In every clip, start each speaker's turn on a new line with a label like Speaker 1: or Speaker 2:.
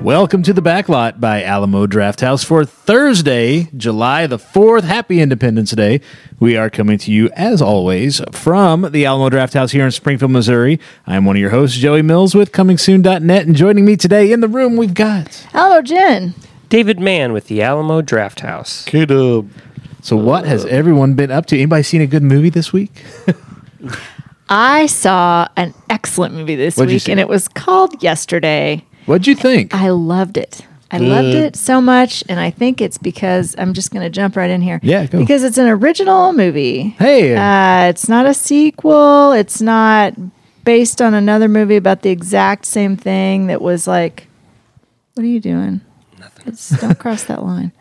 Speaker 1: Welcome to the Backlot by Alamo Drafthouse for Thursday, July the 4th. Happy Independence Day. We are coming to you, as always, from the Alamo Drafthouse here in Springfield, Missouri. I'm one of your hosts, Joey Mills, with ComingSoon.net. And joining me today in the room, we've got.
Speaker 2: Hello, Jen.
Speaker 3: David Mann with the Alamo Draft House.
Speaker 4: Caleb.
Speaker 1: So, what has everyone been up to? Anybody seen a good movie this week?
Speaker 2: I saw an excellent movie this
Speaker 1: What'd you
Speaker 2: week,
Speaker 1: see?
Speaker 2: and it was called Yesterday.
Speaker 1: What'd you think?
Speaker 2: I loved it. I loved
Speaker 1: Mm.
Speaker 2: it so much, and I think it's because I'm just going to jump right in here.
Speaker 1: Yeah, go.
Speaker 2: Because it's an original movie.
Speaker 1: Hey.
Speaker 2: Uh, it's not a sequel. It's not based on another movie about the exact same thing that was like, what are you doing? Nothing. don't cross that line.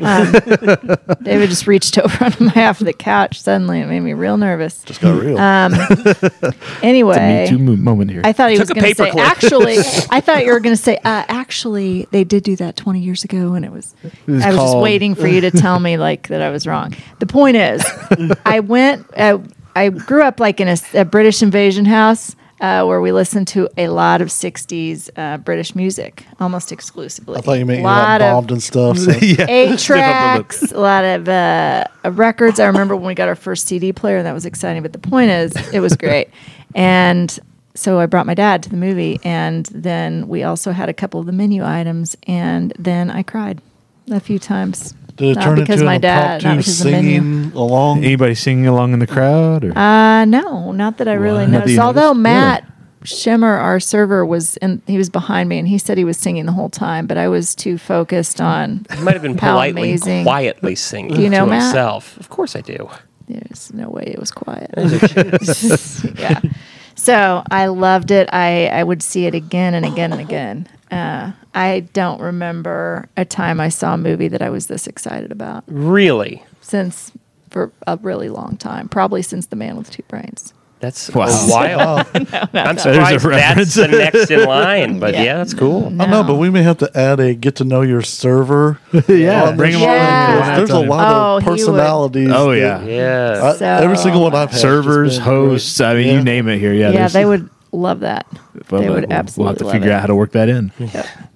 Speaker 2: Um,
Speaker 3: Sorry.
Speaker 2: David just reached over on my half of the couch. Suddenly, it made me real nervous. Um,
Speaker 4: Just got real.
Speaker 2: Anyway,
Speaker 1: Me too mo- moment here.
Speaker 2: I thought he
Speaker 3: Took
Speaker 2: was
Speaker 3: a
Speaker 2: going to say
Speaker 3: paperclip.
Speaker 2: actually. I thought you were going to say uh, actually they did do that 20 years ago, and it was.
Speaker 1: was
Speaker 2: I was just
Speaker 1: called-
Speaker 2: waiting for you to tell me like that I was wrong. The point is, I went. Uh, I grew up like in a, s- a British invasion house. Uh, where we listened to a lot of 60s uh, British music almost exclusively.
Speaker 4: I thought you meant you
Speaker 2: lot
Speaker 4: got
Speaker 2: of
Speaker 4: bombed and stuff. So.
Speaker 2: eight tracks, a lot of uh, uh, records. I remember when we got our first CD player, and that was exciting. But the point is, it was great. and so I brought my dad to the movie, and then we also had a couple of the menu items, and then I cried a few times.
Speaker 4: Did it
Speaker 2: Not
Speaker 4: turn
Speaker 2: because
Speaker 4: into
Speaker 2: my
Speaker 4: an
Speaker 2: dad, not
Speaker 4: impromptu
Speaker 2: because of the menu.
Speaker 4: singing along?
Speaker 1: Anybody singing along in the crowd? Or?
Speaker 2: Uh, no, not that I really
Speaker 1: Not that you
Speaker 2: noticed. Although
Speaker 1: noticed?
Speaker 2: Matt Shimmer, our server, was and he was behind me, and he said he was singing the whole time, but I was too focused on.
Speaker 3: He might have been
Speaker 2: How
Speaker 3: politely,
Speaker 2: amazing.
Speaker 3: quietly singing
Speaker 2: Do you know
Speaker 3: to
Speaker 2: Matt?
Speaker 3: himself. Of course I do.
Speaker 2: There's no way it was quiet. yeah. So I loved it. I, I would see it again and again and again. Uh, I don't remember a time I saw a movie that I was this excited about
Speaker 3: Really?
Speaker 2: since for a really long time, probably since The Man with Two Brains.
Speaker 3: That's
Speaker 1: Wow.
Speaker 3: a
Speaker 4: Oh,
Speaker 3: while. I'm surprised
Speaker 1: There's a
Speaker 3: that's the next in line, but
Speaker 2: Yeah.
Speaker 3: yeah, that's cool.
Speaker 4: I know, but we may have to add a get to know your server.
Speaker 1: yeah,
Speaker 4: on
Speaker 1: bring
Speaker 4: this
Speaker 1: them all in.
Speaker 2: Yeah.
Speaker 4: show.
Speaker 1: one at
Speaker 4: There's
Speaker 1: a
Speaker 4: a
Speaker 1: time.
Speaker 4: lot
Speaker 2: Oh,
Speaker 4: of
Speaker 2: he would.
Speaker 4: personalities.
Speaker 1: Oh,
Speaker 4: that-
Speaker 1: yeah.
Speaker 3: Yeah.
Speaker 1: Uh,
Speaker 4: I- every single one I've had. has just
Speaker 1: servers,
Speaker 4: been
Speaker 1: hosts. I mean, you
Speaker 4: Yeah.
Speaker 1: name it here. Yeah,
Speaker 2: Yeah,
Speaker 1: there's-
Speaker 2: they would love that.
Speaker 1: Well,
Speaker 2: they
Speaker 1: uh,
Speaker 2: would
Speaker 1: we'll-
Speaker 2: absolutely
Speaker 1: We'll have to figure out
Speaker 2: love
Speaker 1: how to work that in.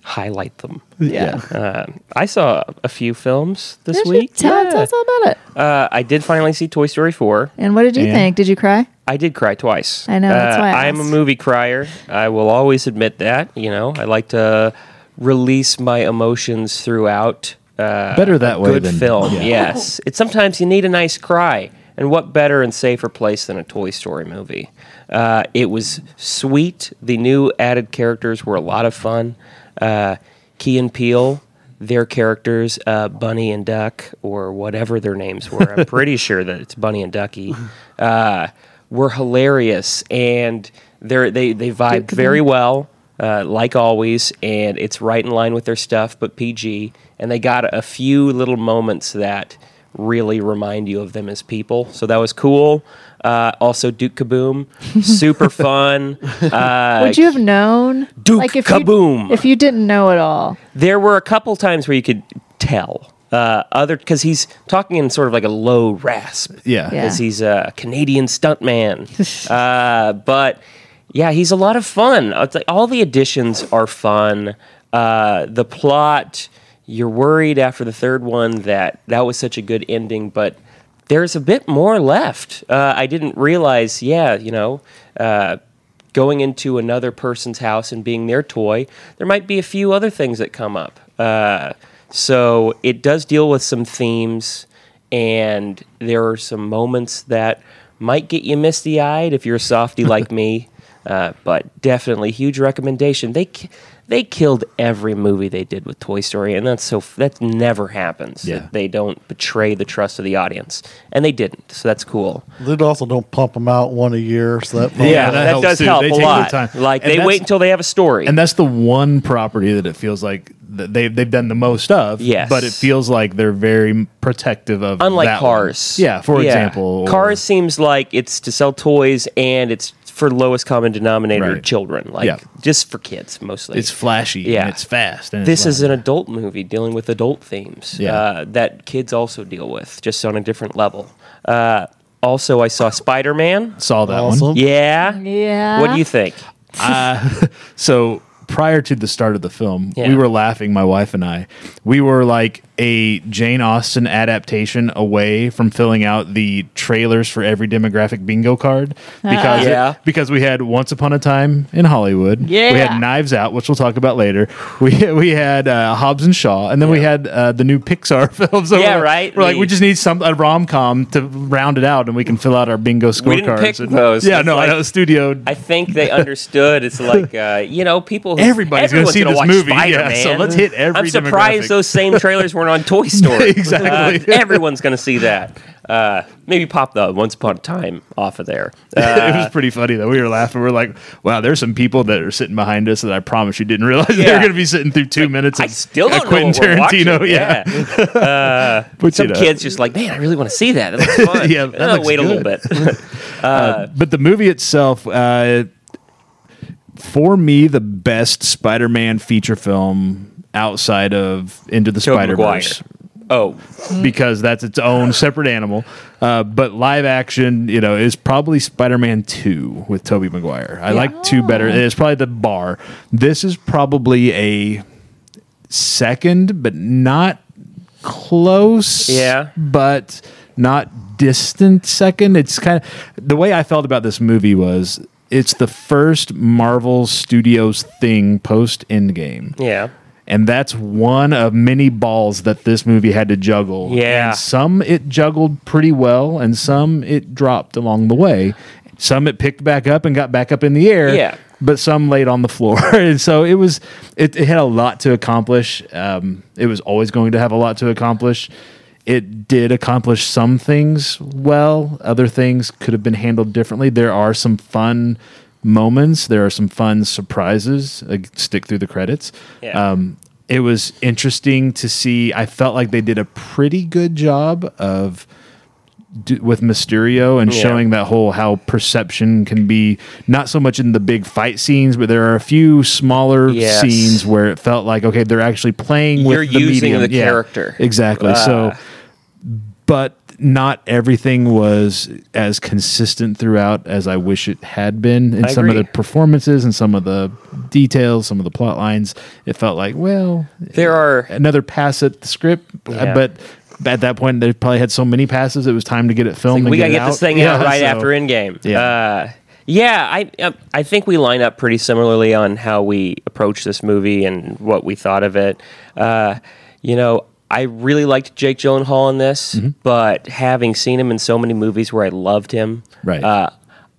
Speaker 3: Highlight them.
Speaker 2: it. Yeah.
Speaker 3: Uh, I saw a few films this
Speaker 2: Did you-
Speaker 3: week.
Speaker 2: Tell, tell
Speaker 3: Yeah.
Speaker 2: us all about it.
Speaker 3: Uh, I did finally see Toy Story 4.
Speaker 2: And what did you
Speaker 1: And-
Speaker 2: think? Did you cry?
Speaker 3: I did cry twice.
Speaker 2: I know, that's why I
Speaker 3: am a
Speaker 2: asked.
Speaker 3: movie crier. I will always admit that. You know, I like to release my emotions throughout. Uh,
Speaker 1: Better that
Speaker 3: a
Speaker 1: way
Speaker 3: Good
Speaker 1: than-
Speaker 3: film.
Speaker 1: yeah.
Speaker 3: Yes. It's sometimes you need a nice cry, and what better and safer place than a Toy Story movie? Uh, it was sweet. The new added characters were a lot of fun. Uh, Key and Peele. Their characters, uh, Bunny and Duck, or whatever their names were. I'm pretty sure that it's Bunny and Ducky. Uh, were hilarious and they're, they they vibe very well, uh, like always, and it's right in line with their stuff, but PG. And they got a few little moments that really remind you of them as people, so that was cool. Uh, also, Duke Kaboom, super fun. Uh,
Speaker 2: Would you have known?
Speaker 3: Duke
Speaker 2: if
Speaker 3: Kaboom.
Speaker 2: You, if you didn't know at all.
Speaker 3: there were a couple times where you could tell. Uh, other because he's talking in sort of like a low rasp
Speaker 1: Yeah.
Speaker 2: Yeah.
Speaker 3: because he's a Canadian stuntman. uh, but yeah, he's a lot of fun. Uh, It's like all the additions are fun. Uh, the plot, you're worried after the third one that that was such a good ending, but there's a bit more left. Uh, I didn't realize, yeah, you know. Uh, Going into another person's house and being their toy, there might be a few other things that come up. Uh, so it does deal with some themes and there are some moments that might get you misty eyed if you're a softy like me. Uh, but definitely huge recommendation. They ki- they killed every movie they did with Toy Story, and that's so f- that never happens.
Speaker 1: Yeah.
Speaker 3: That they don't betray the trust of the audience, and they didn't. So that's cool.
Speaker 4: They also don't pump them out one a year, so that probably-
Speaker 1: Yeah, that
Speaker 3: that,
Speaker 1: helps
Speaker 3: does
Speaker 1: too.
Speaker 3: help
Speaker 1: They
Speaker 3: a
Speaker 1: take their
Speaker 3: lot.
Speaker 1: time.
Speaker 3: Like
Speaker 1: And
Speaker 3: they
Speaker 1: that's-
Speaker 3: wait until they have a story.
Speaker 1: And that's the one property that it feels like th- they've they've done the most of.
Speaker 3: Yes.
Speaker 1: but it feels like they're very protective of.
Speaker 3: unlike
Speaker 1: that one.
Speaker 3: cars.
Speaker 1: Yeah, for example, or-
Speaker 3: cars seems like it's to sell toys and it's for lowest common denominator
Speaker 1: Right.
Speaker 3: children, like
Speaker 1: Yeah.
Speaker 3: just for kids mostly.
Speaker 1: It's flashy. Yeah,
Speaker 3: Yeah.
Speaker 1: and it's fast. And
Speaker 3: this
Speaker 1: it's
Speaker 3: is an adult movie dealing with adult themes
Speaker 1: Yeah.
Speaker 3: uh, that kids also deal with, just on a different level. Uh, also, I saw Spider Man.
Speaker 1: saw that one.
Speaker 4: awesome.
Speaker 3: Yeah,
Speaker 2: Yeah.
Speaker 3: What do you think?
Speaker 1: So prior to the start of the film,
Speaker 3: Yeah.
Speaker 1: we were laughing, my wife and I. We were like a Jane Austen adaptation away from filling out the trailers for every demographic bingo card
Speaker 3: Ah.
Speaker 1: because
Speaker 3: Yeah.
Speaker 1: because we had Once Upon a Time in Hollywood. We
Speaker 2: Yeah.
Speaker 1: had Knives Out, which we'll talk about later. We we had uh, Hobbs and Shaw, and then we had uh, the new Pixar films. So
Speaker 3: Yeah,
Speaker 1: we're like-
Speaker 3: right.
Speaker 1: We're like, we
Speaker 3: The-
Speaker 1: just need some a rom com to round it out, and we can fill out our bingo scorecards.
Speaker 3: We didn't pick
Speaker 1: And-
Speaker 3: those.
Speaker 1: Yeah,
Speaker 3: It's
Speaker 1: no,
Speaker 3: like-
Speaker 1: I know. Studio
Speaker 3: I think they understood. It's like uh, you know, people. Who,
Speaker 1: Everybody's gonna
Speaker 3: everyone's
Speaker 1: see this
Speaker 3: watch
Speaker 1: movie, yeah,
Speaker 3: Spider-Man.
Speaker 1: so let's hit every
Speaker 3: I'm surprised
Speaker 1: demographic.
Speaker 3: those same trailers weren't on Toy Story.
Speaker 1: Exactly.
Speaker 3: Uh, everyone's going to see that. Uh, maybe pop the Once Upon a Time off of there. Uh,
Speaker 1: it was pretty funny though. We were laughing. We are like, wow, there's some people that are sitting behind us that I promise you didn't realize they
Speaker 3: Yeah.
Speaker 1: were going to be sitting through two minutes.
Speaker 3: I
Speaker 1: of
Speaker 3: still
Speaker 1: a
Speaker 3: don't know what we're watching.
Speaker 1: yeah, But,
Speaker 3: Some
Speaker 1: you know,
Speaker 3: kids just like, man, I really want to see that. That looks fun.
Speaker 1: Yeah, that
Speaker 3: Uh,
Speaker 1: looks
Speaker 3: wait a little
Speaker 1: good.
Speaker 3: bit.
Speaker 1: But the movie itself, uh, for me, the best Spider-Man feature film outside of Into the
Speaker 3: Tobey
Speaker 1: Spider
Speaker 3: Maguire.
Speaker 1: Verse.
Speaker 3: Oh,
Speaker 1: because that's its own separate animal. Uh, but live action, you know, is probably Spider-Man Two with Tobey Maguire. I like two better. It's probably the bar. This is probably a second, but not close.
Speaker 3: Yeah.
Speaker 1: but not distant second. It's kind of the way I felt about this movie was. It's the first Marvel Studios thing post Endgame.
Speaker 3: yeah.
Speaker 1: And that's one of many balls that this movie had to juggle.
Speaker 3: Yeah.
Speaker 1: And some it juggled pretty well, and some it dropped along the way. Some it picked back up and got back up in the air.
Speaker 3: Yeah.
Speaker 1: But some laid on the floor. and so it was, it, it had a lot to accomplish. Um, it was always going to have a lot to accomplish. It did accomplish some things well, other things could have been handled differently. There are some fun moments, there are some fun surprises. Like, stick through the credits.
Speaker 3: Yeah.
Speaker 1: Um, it was interesting to see. I felt like they did a pretty good job of d- with Mysterio and
Speaker 3: Yeah.
Speaker 1: showing that whole how perception can be not so much in the big fight scenes, but there are a few smaller
Speaker 3: Yes.
Speaker 1: scenes where it felt like okay, they're actually playing
Speaker 3: You're
Speaker 1: with the
Speaker 3: using
Speaker 1: medium.
Speaker 3: the
Speaker 1: Yeah,
Speaker 3: character. Ah.
Speaker 1: exactly. so, but not everything was as consistent throughout as I wish it had been in
Speaker 3: I
Speaker 1: some
Speaker 3: agree.
Speaker 1: of the performances and some of the details, some of the plot lines. It felt like well,
Speaker 3: There are
Speaker 1: another pass at the script, uh,
Speaker 3: Yeah.
Speaker 1: but. At that point, they probably had so many passes. It was time to get it filmed.
Speaker 3: Like,
Speaker 1: and
Speaker 3: we gotta
Speaker 1: it
Speaker 3: get this
Speaker 1: out.
Speaker 3: thing out
Speaker 1: Yeah,
Speaker 3: right
Speaker 1: so-
Speaker 3: after Endgame.
Speaker 1: Yeah.
Speaker 3: uh, yeah. I um, I think we line up pretty similarly on how we approach this movie and what we thought of it. Uh, you know, I really liked Jake Gyllenhaal in this,
Speaker 1: Mm-hmm.
Speaker 3: but having seen him in so many movies where I loved him,
Speaker 1: Right.
Speaker 3: Uh,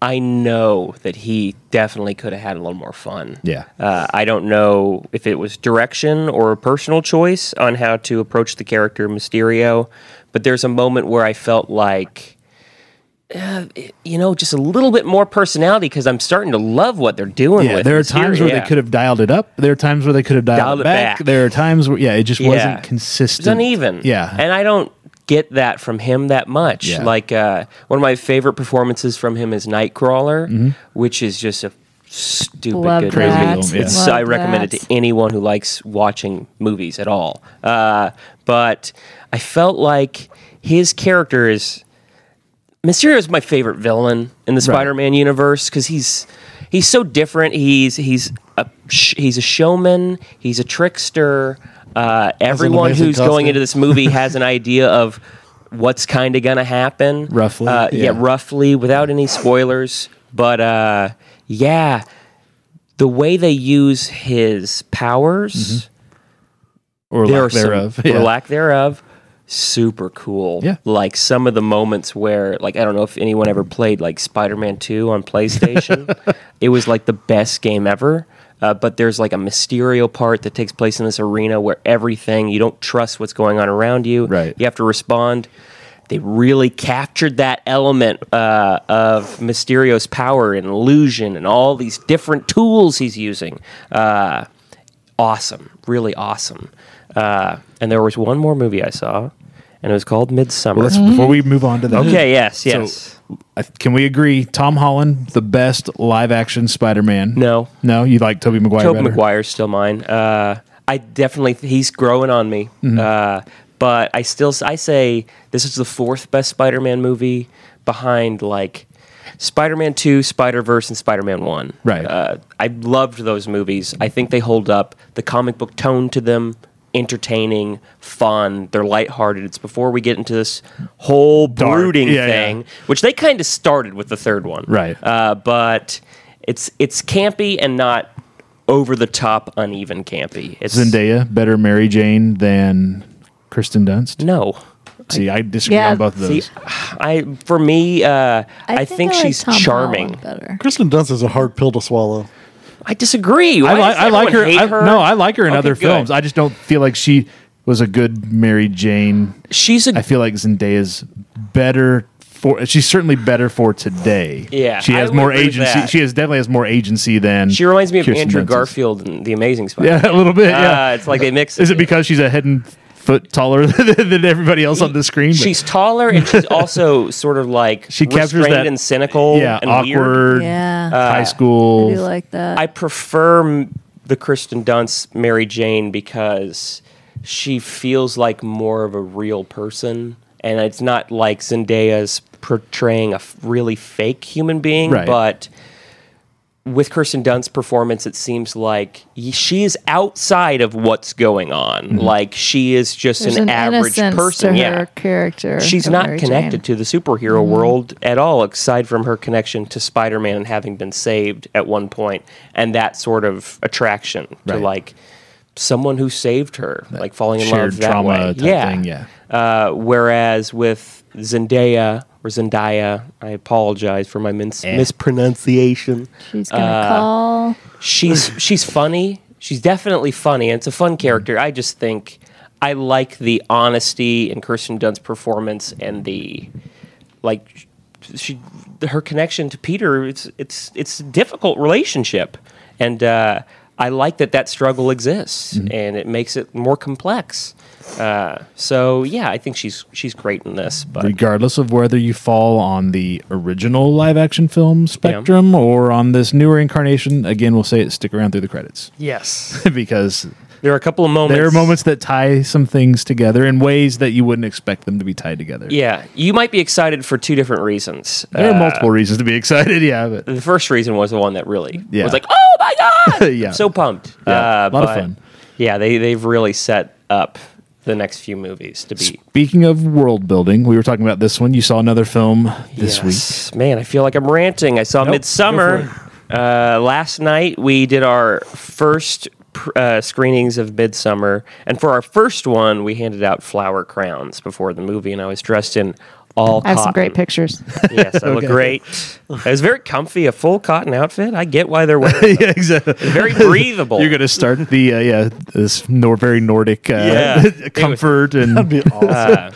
Speaker 3: I know that he definitely could have had a little more fun.
Speaker 1: Yeah.
Speaker 3: Uh, I don't know if it was direction or a personal choice on how to approach the character Mysterio, but there's a moment where I felt like, uh, you know, just a little bit more personality because I'm starting to love what they're doing
Speaker 1: Yeah,
Speaker 3: with
Speaker 1: there are times where
Speaker 3: Mysterio.
Speaker 1: they could have dialed it up. There are times where they could have dialed,
Speaker 3: Dialed
Speaker 1: it
Speaker 3: it
Speaker 1: back.
Speaker 3: back.
Speaker 1: There are times where yeah, it just
Speaker 3: Yeah.
Speaker 1: wasn't
Speaker 3: It's
Speaker 1: consistent.
Speaker 3: It's uneven.
Speaker 1: Yeah,
Speaker 3: And I don't get that from him that much.
Speaker 1: Yeah.
Speaker 3: Like uh, one of my favorite performances from him is Nightcrawler, which is just a stupid
Speaker 2: Love
Speaker 3: good
Speaker 1: Mm-hmm. Crazy
Speaker 3: movie.
Speaker 1: film, yeah.
Speaker 3: It's,
Speaker 2: Love
Speaker 3: I recommend it
Speaker 2: that.
Speaker 3: to anyone who likes watching movies at all. Uh, but I felt like his character is Mysterio is my favorite villain in the Spider-Man universe because he's he's so different. He's he's a sh- he's a showman. He's a trickster. Uh, everyone
Speaker 4: amazing
Speaker 3: who's
Speaker 4: costume.
Speaker 3: going into this movie has an idea of what's kind of going to happen,
Speaker 1: Roughly,
Speaker 3: Uh, yeah.
Speaker 1: yeah.
Speaker 3: roughly, without any spoilers. But uh, yeah, the way they use his powers
Speaker 1: or
Speaker 3: there
Speaker 1: lack
Speaker 3: are
Speaker 1: thereof.
Speaker 3: Some,
Speaker 1: Yeah.
Speaker 3: or lack thereof. Super cool.
Speaker 1: Yeah.
Speaker 3: Like some of the moments where, like, I don't know if anyone ever played like Spider Man 2 on PlayStation. it was like the best game ever. Uh, but there's like a Mysterio part that takes place in this arena where everything, you don't trust what's going on around you.
Speaker 1: Right.
Speaker 3: You have to respond. They really captured that element uh, of Mysterio's power and illusion and all these different tools he's using. Uh, awesome, really awesome. Uh, and there was one more movie I saw, and it was called Midsummer.
Speaker 1: Let's- before we move on to that.
Speaker 3: okay, yes, yes.
Speaker 1: So, I- can we agree? Tom Holland, the best live-action Spider-Man.
Speaker 3: No.
Speaker 1: no, you like Tobey Maguire.
Speaker 3: Tobey
Speaker 1: better?
Speaker 3: Maguire's still mine. Uh, I definitely he's growing on me.
Speaker 1: Mm-hmm.
Speaker 3: Uh, but I still I say this is the fourth best Spider-Man movie behind like Spider Man 2, Spider Verse, and Spider Man 1.
Speaker 1: Right.
Speaker 3: Uh, I loved those movies. I think they hold up the comic book tone to them, entertaining, fun. They're lighthearted. It's before we get into this whole
Speaker 1: Dark.
Speaker 3: brooding
Speaker 1: Yeah, yeah.
Speaker 3: thing, which they kind of started with the third one.
Speaker 1: Right.
Speaker 3: Uh, but it's it's campy and not over the top, uneven campy. It's
Speaker 1: Zendaya better Mary Jane than Kristen Dunst?
Speaker 3: No.
Speaker 1: See, I disagree
Speaker 2: Yeah.
Speaker 1: on both of those.
Speaker 3: Mm-hmm. See, I for me, uh, I, think,
Speaker 2: I like
Speaker 3: she's
Speaker 2: Tom
Speaker 3: charming.
Speaker 2: Holland better.
Speaker 4: Kristen Dunst is a hard pill to swallow.
Speaker 3: I disagree.
Speaker 1: I,
Speaker 3: Why
Speaker 1: li-
Speaker 3: does
Speaker 1: I like her.
Speaker 3: everyone hate
Speaker 1: I, No, I like her in
Speaker 3: Okay,
Speaker 1: other
Speaker 3: good.
Speaker 1: films. I just don't feel like she was a good Mary Jane.
Speaker 3: She's a
Speaker 1: I feel like Zendaya's better for. She's certainly better for today.
Speaker 3: Yeah,
Speaker 1: she
Speaker 3: I
Speaker 1: has
Speaker 3: would
Speaker 1: more
Speaker 3: agree with
Speaker 1: agency.
Speaker 3: that.
Speaker 1: She has definitely has more agency than.
Speaker 3: She reminds me of
Speaker 1: Kirsten
Speaker 3: Andrew
Speaker 1: Dunst's.
Speaker 3: Garfield in The Amazing Spider.
Speaker 1: Yeah, a little bit. Yeah,
Speaker 3: Uh, it's like they mix.
Speaker 1: is it because she's a head and foot taller than, than everybody else on the screen? But
Speaker 3: she's taller and she's also sort of like
Speaker 1: She captures
Speaker 3: restrained
Speaker 1: that-
Speaker 3: and cynical?
Speaker 1: yeah,
Speaker 3: and Weird. Uh,
Speaker 1: awkward.
Speaker 2: Yeah.
Speaker 1: high
Speaker 2: I
Speaker 1: school.
Speaker 2: do like that.
Speaker 3: I prefer m- the Kristen Dunst Mary Jane because she feels like more of a real person, and it's not like Zendaya's portraying a f- really fake human being,
Speaker 1: Right.
Speaker 3: but. With Kirsten Dunst's performance, it seems like y- she is outside of what's going on. Like she is just
Speaker 2: There's
Speaker 3: an, average
Speaker 2: innocence
Speaker 3: person.
Speaker 2: to
Speaker 3: yeah,
Speaker 2: her character.
Speaker 3: She's
Speaker 2: of
Speaker 3: not
Speaker 2: Mary
Speaker 3: connected Mm-hmm.
Speaker 2: Jane.
Speaker 3: to the superhero world at all, aside from her connection to Spider Man and having been saved at one point, and that sort of attraction to
Speaker 1: Right.
Speaker 3: like someone who saved her, like falling in love
Speaker 1: shared
Speaker 3: that
Speaker 1: trauma
Speaker 3: way.
Speaker 1: type thing, yeah.
Speaker 3: Uh, whereas with Zendaya or Zendaya, I apologize for my mins- mispronunciation.
Speaker 2: She's gonna
Speaker 3: uh,
Speaker 2: call.
Speaker 3: She's she's funny. She's definitely funny, and it's a fun character. I just think I like the honesty in Kirsten Dunst's performance and the like she her connection to Peter. It's it's it's a difficult relationship, and uh, I like that that struggle exists,
Speaker 1: Mm-hmm.
Speaker 3: and it makes it more complex. Uh, so yeah, I think she's she's great in this, but
Speaker 1: regardless of whether you fall on the original live action film spectrum or on this newer incarnation, again, we'll say it stick around through the credits
Speaker 3: yes,
Speaker 1: because
Speaker 3: there are a couple of moments.
Speaker 1: there are moments that tie some things together in ways that you wouldn't expect them to be tied together.
Speaker 3: Yeah, you might be excited for two different reasons.
Speaker 1: There are
Speaker 3: Uh,
Speaker 1: multiple reasons to be excited. Yeah, but
Speaker 3: the first reason was the one that really
Speaker 1: Yeah.
Speaker 3: was like, oh my god,
Speaker 1: Yeah.
Speaker 3: I'm so pumped.
Speaker 1: Yeah, a
Speaker 3: Uh,
Speaker 1: lot of
Speaker 3: but
Speaker 1: fun.
Speaker 3: Yeah, they they've really set up the next few movies to be
Speaker 1: speaking of world building, we were talking about this one. You saw another film this week.
Speaker 3: Yes. Man, I feel like I'm ranting. I saw
Speaker 1: Nope, go
Speaker 3: Midsummer uh, last night. We did our first pr- uh, screenings of Midsummer, and for our first one, we handed out flower crowns before the movie, and I was dressed in all.
Speaker 2: I have some
Speaker 3: cotton.
Speaker 2: great pictures.
Speaker 3: Yes, I look great. It was very comfy, a full cotton outfit. I get why they're wearing. Them.
Speaker 1: Yeah, exactly.
Speaker 3: Very breathable.
Speaker 1: You're going to start the uh, yeah this nor- very Nordic uh,
Speaker 3: Yeah. It was-
Speaker 1: comfort
Speaker 4: That'd
Speaker 1: and
Speaker 4: be awesome.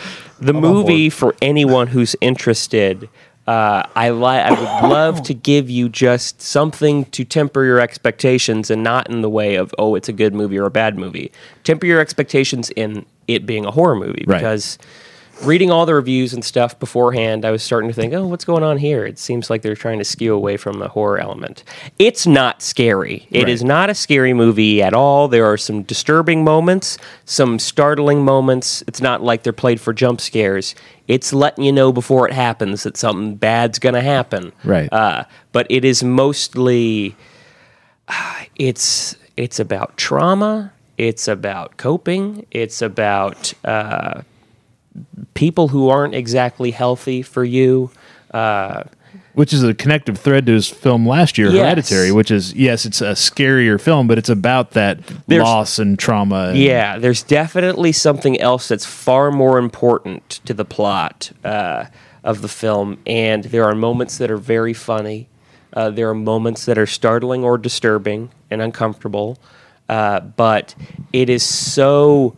Speaker 3: the movie for anyone who's interested. Uh, I li- I would love to give you just something to temper your expectations, and not in the way of oh, it's a good movie or a bad movie. Temper your expectations in it being a horror movie
Speaker 1: Right.
Speaker 3: because reading all the reviews and stuff beforehand, I was starting to think, oh, what's going on here? It seems like they're trying to skew away from the horror element. It's not scary. It is
Speaker 1: Right.
Speaker 3: not a scary movie at all. There are some disturbing moments, some startling moments. It's not like they're played for jump scares. It's letting you know before it happens that something bad's going to happen.
Speaker 1: Right.
Speaker 3: Uh, but it is mostly it's it's about trauma it's about coping it's about uh, people who aren't exactly healthy for you uh,
Speaker 1: which is a connective thread to his film last year,
Speaker 3: Yes.
Speaker 1: Hereditary, which is yes, it's a scarier film, but it's about that
Speaker 3: There's-
Speaker 1: loss and trauma. and-
Speaker 3: yeah there's definitely something else that's far more important to the plot uh, of the film and there are moments that are very funny uh, there are moments that are startling or disturbing and uncomfortable uh, but it is so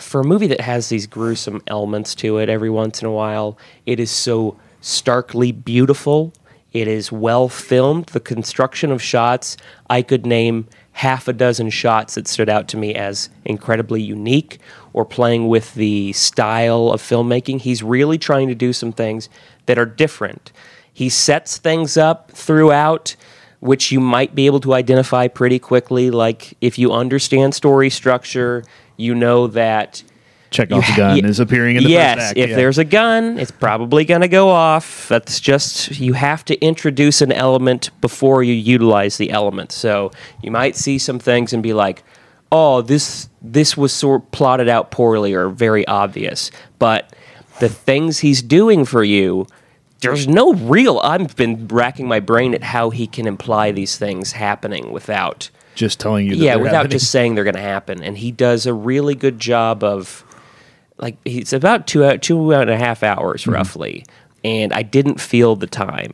Speaker 3: for a movie that has these gruesome elements to it every once in a while, it is so starkly beautiful. It is well filmed. The construction of shots, I could name half a dozen shots that stood out to me as incredibly unique or playing with the style of filmmaking. He's really trying to do some things that are different. He sets things up throughout which you might be able to identify pretty quickly. Like if you understand story structure, you know that
Speaker 1: Chekhov's gun
Speaker 3: Ye-
Speaker 1: is appearing in the
Speaker 3: yes,
Speaker 1: first act.
Speaker 3: if
Speaker 1: yeah.
Speaker 3: there's a gun, it's probably going to go off. That's just you have to introduce an element before you utilize the element. So you might see some things and be like, "Oh, this this was sort plotted out poorly or very obvious." But the things he's doing for you, there's no real. I've been racking my brain at how he can imply these things happening without
Speaker 1: just telling you, that
Speaker 3: yeah
Speaker 1: they're
Speaker 3: without
Speaker 1: happening.
Speaker 3: just saying they're going to happen and he does a really good job of like he's about two hou- two and a half hours roughly and i didn't feel the time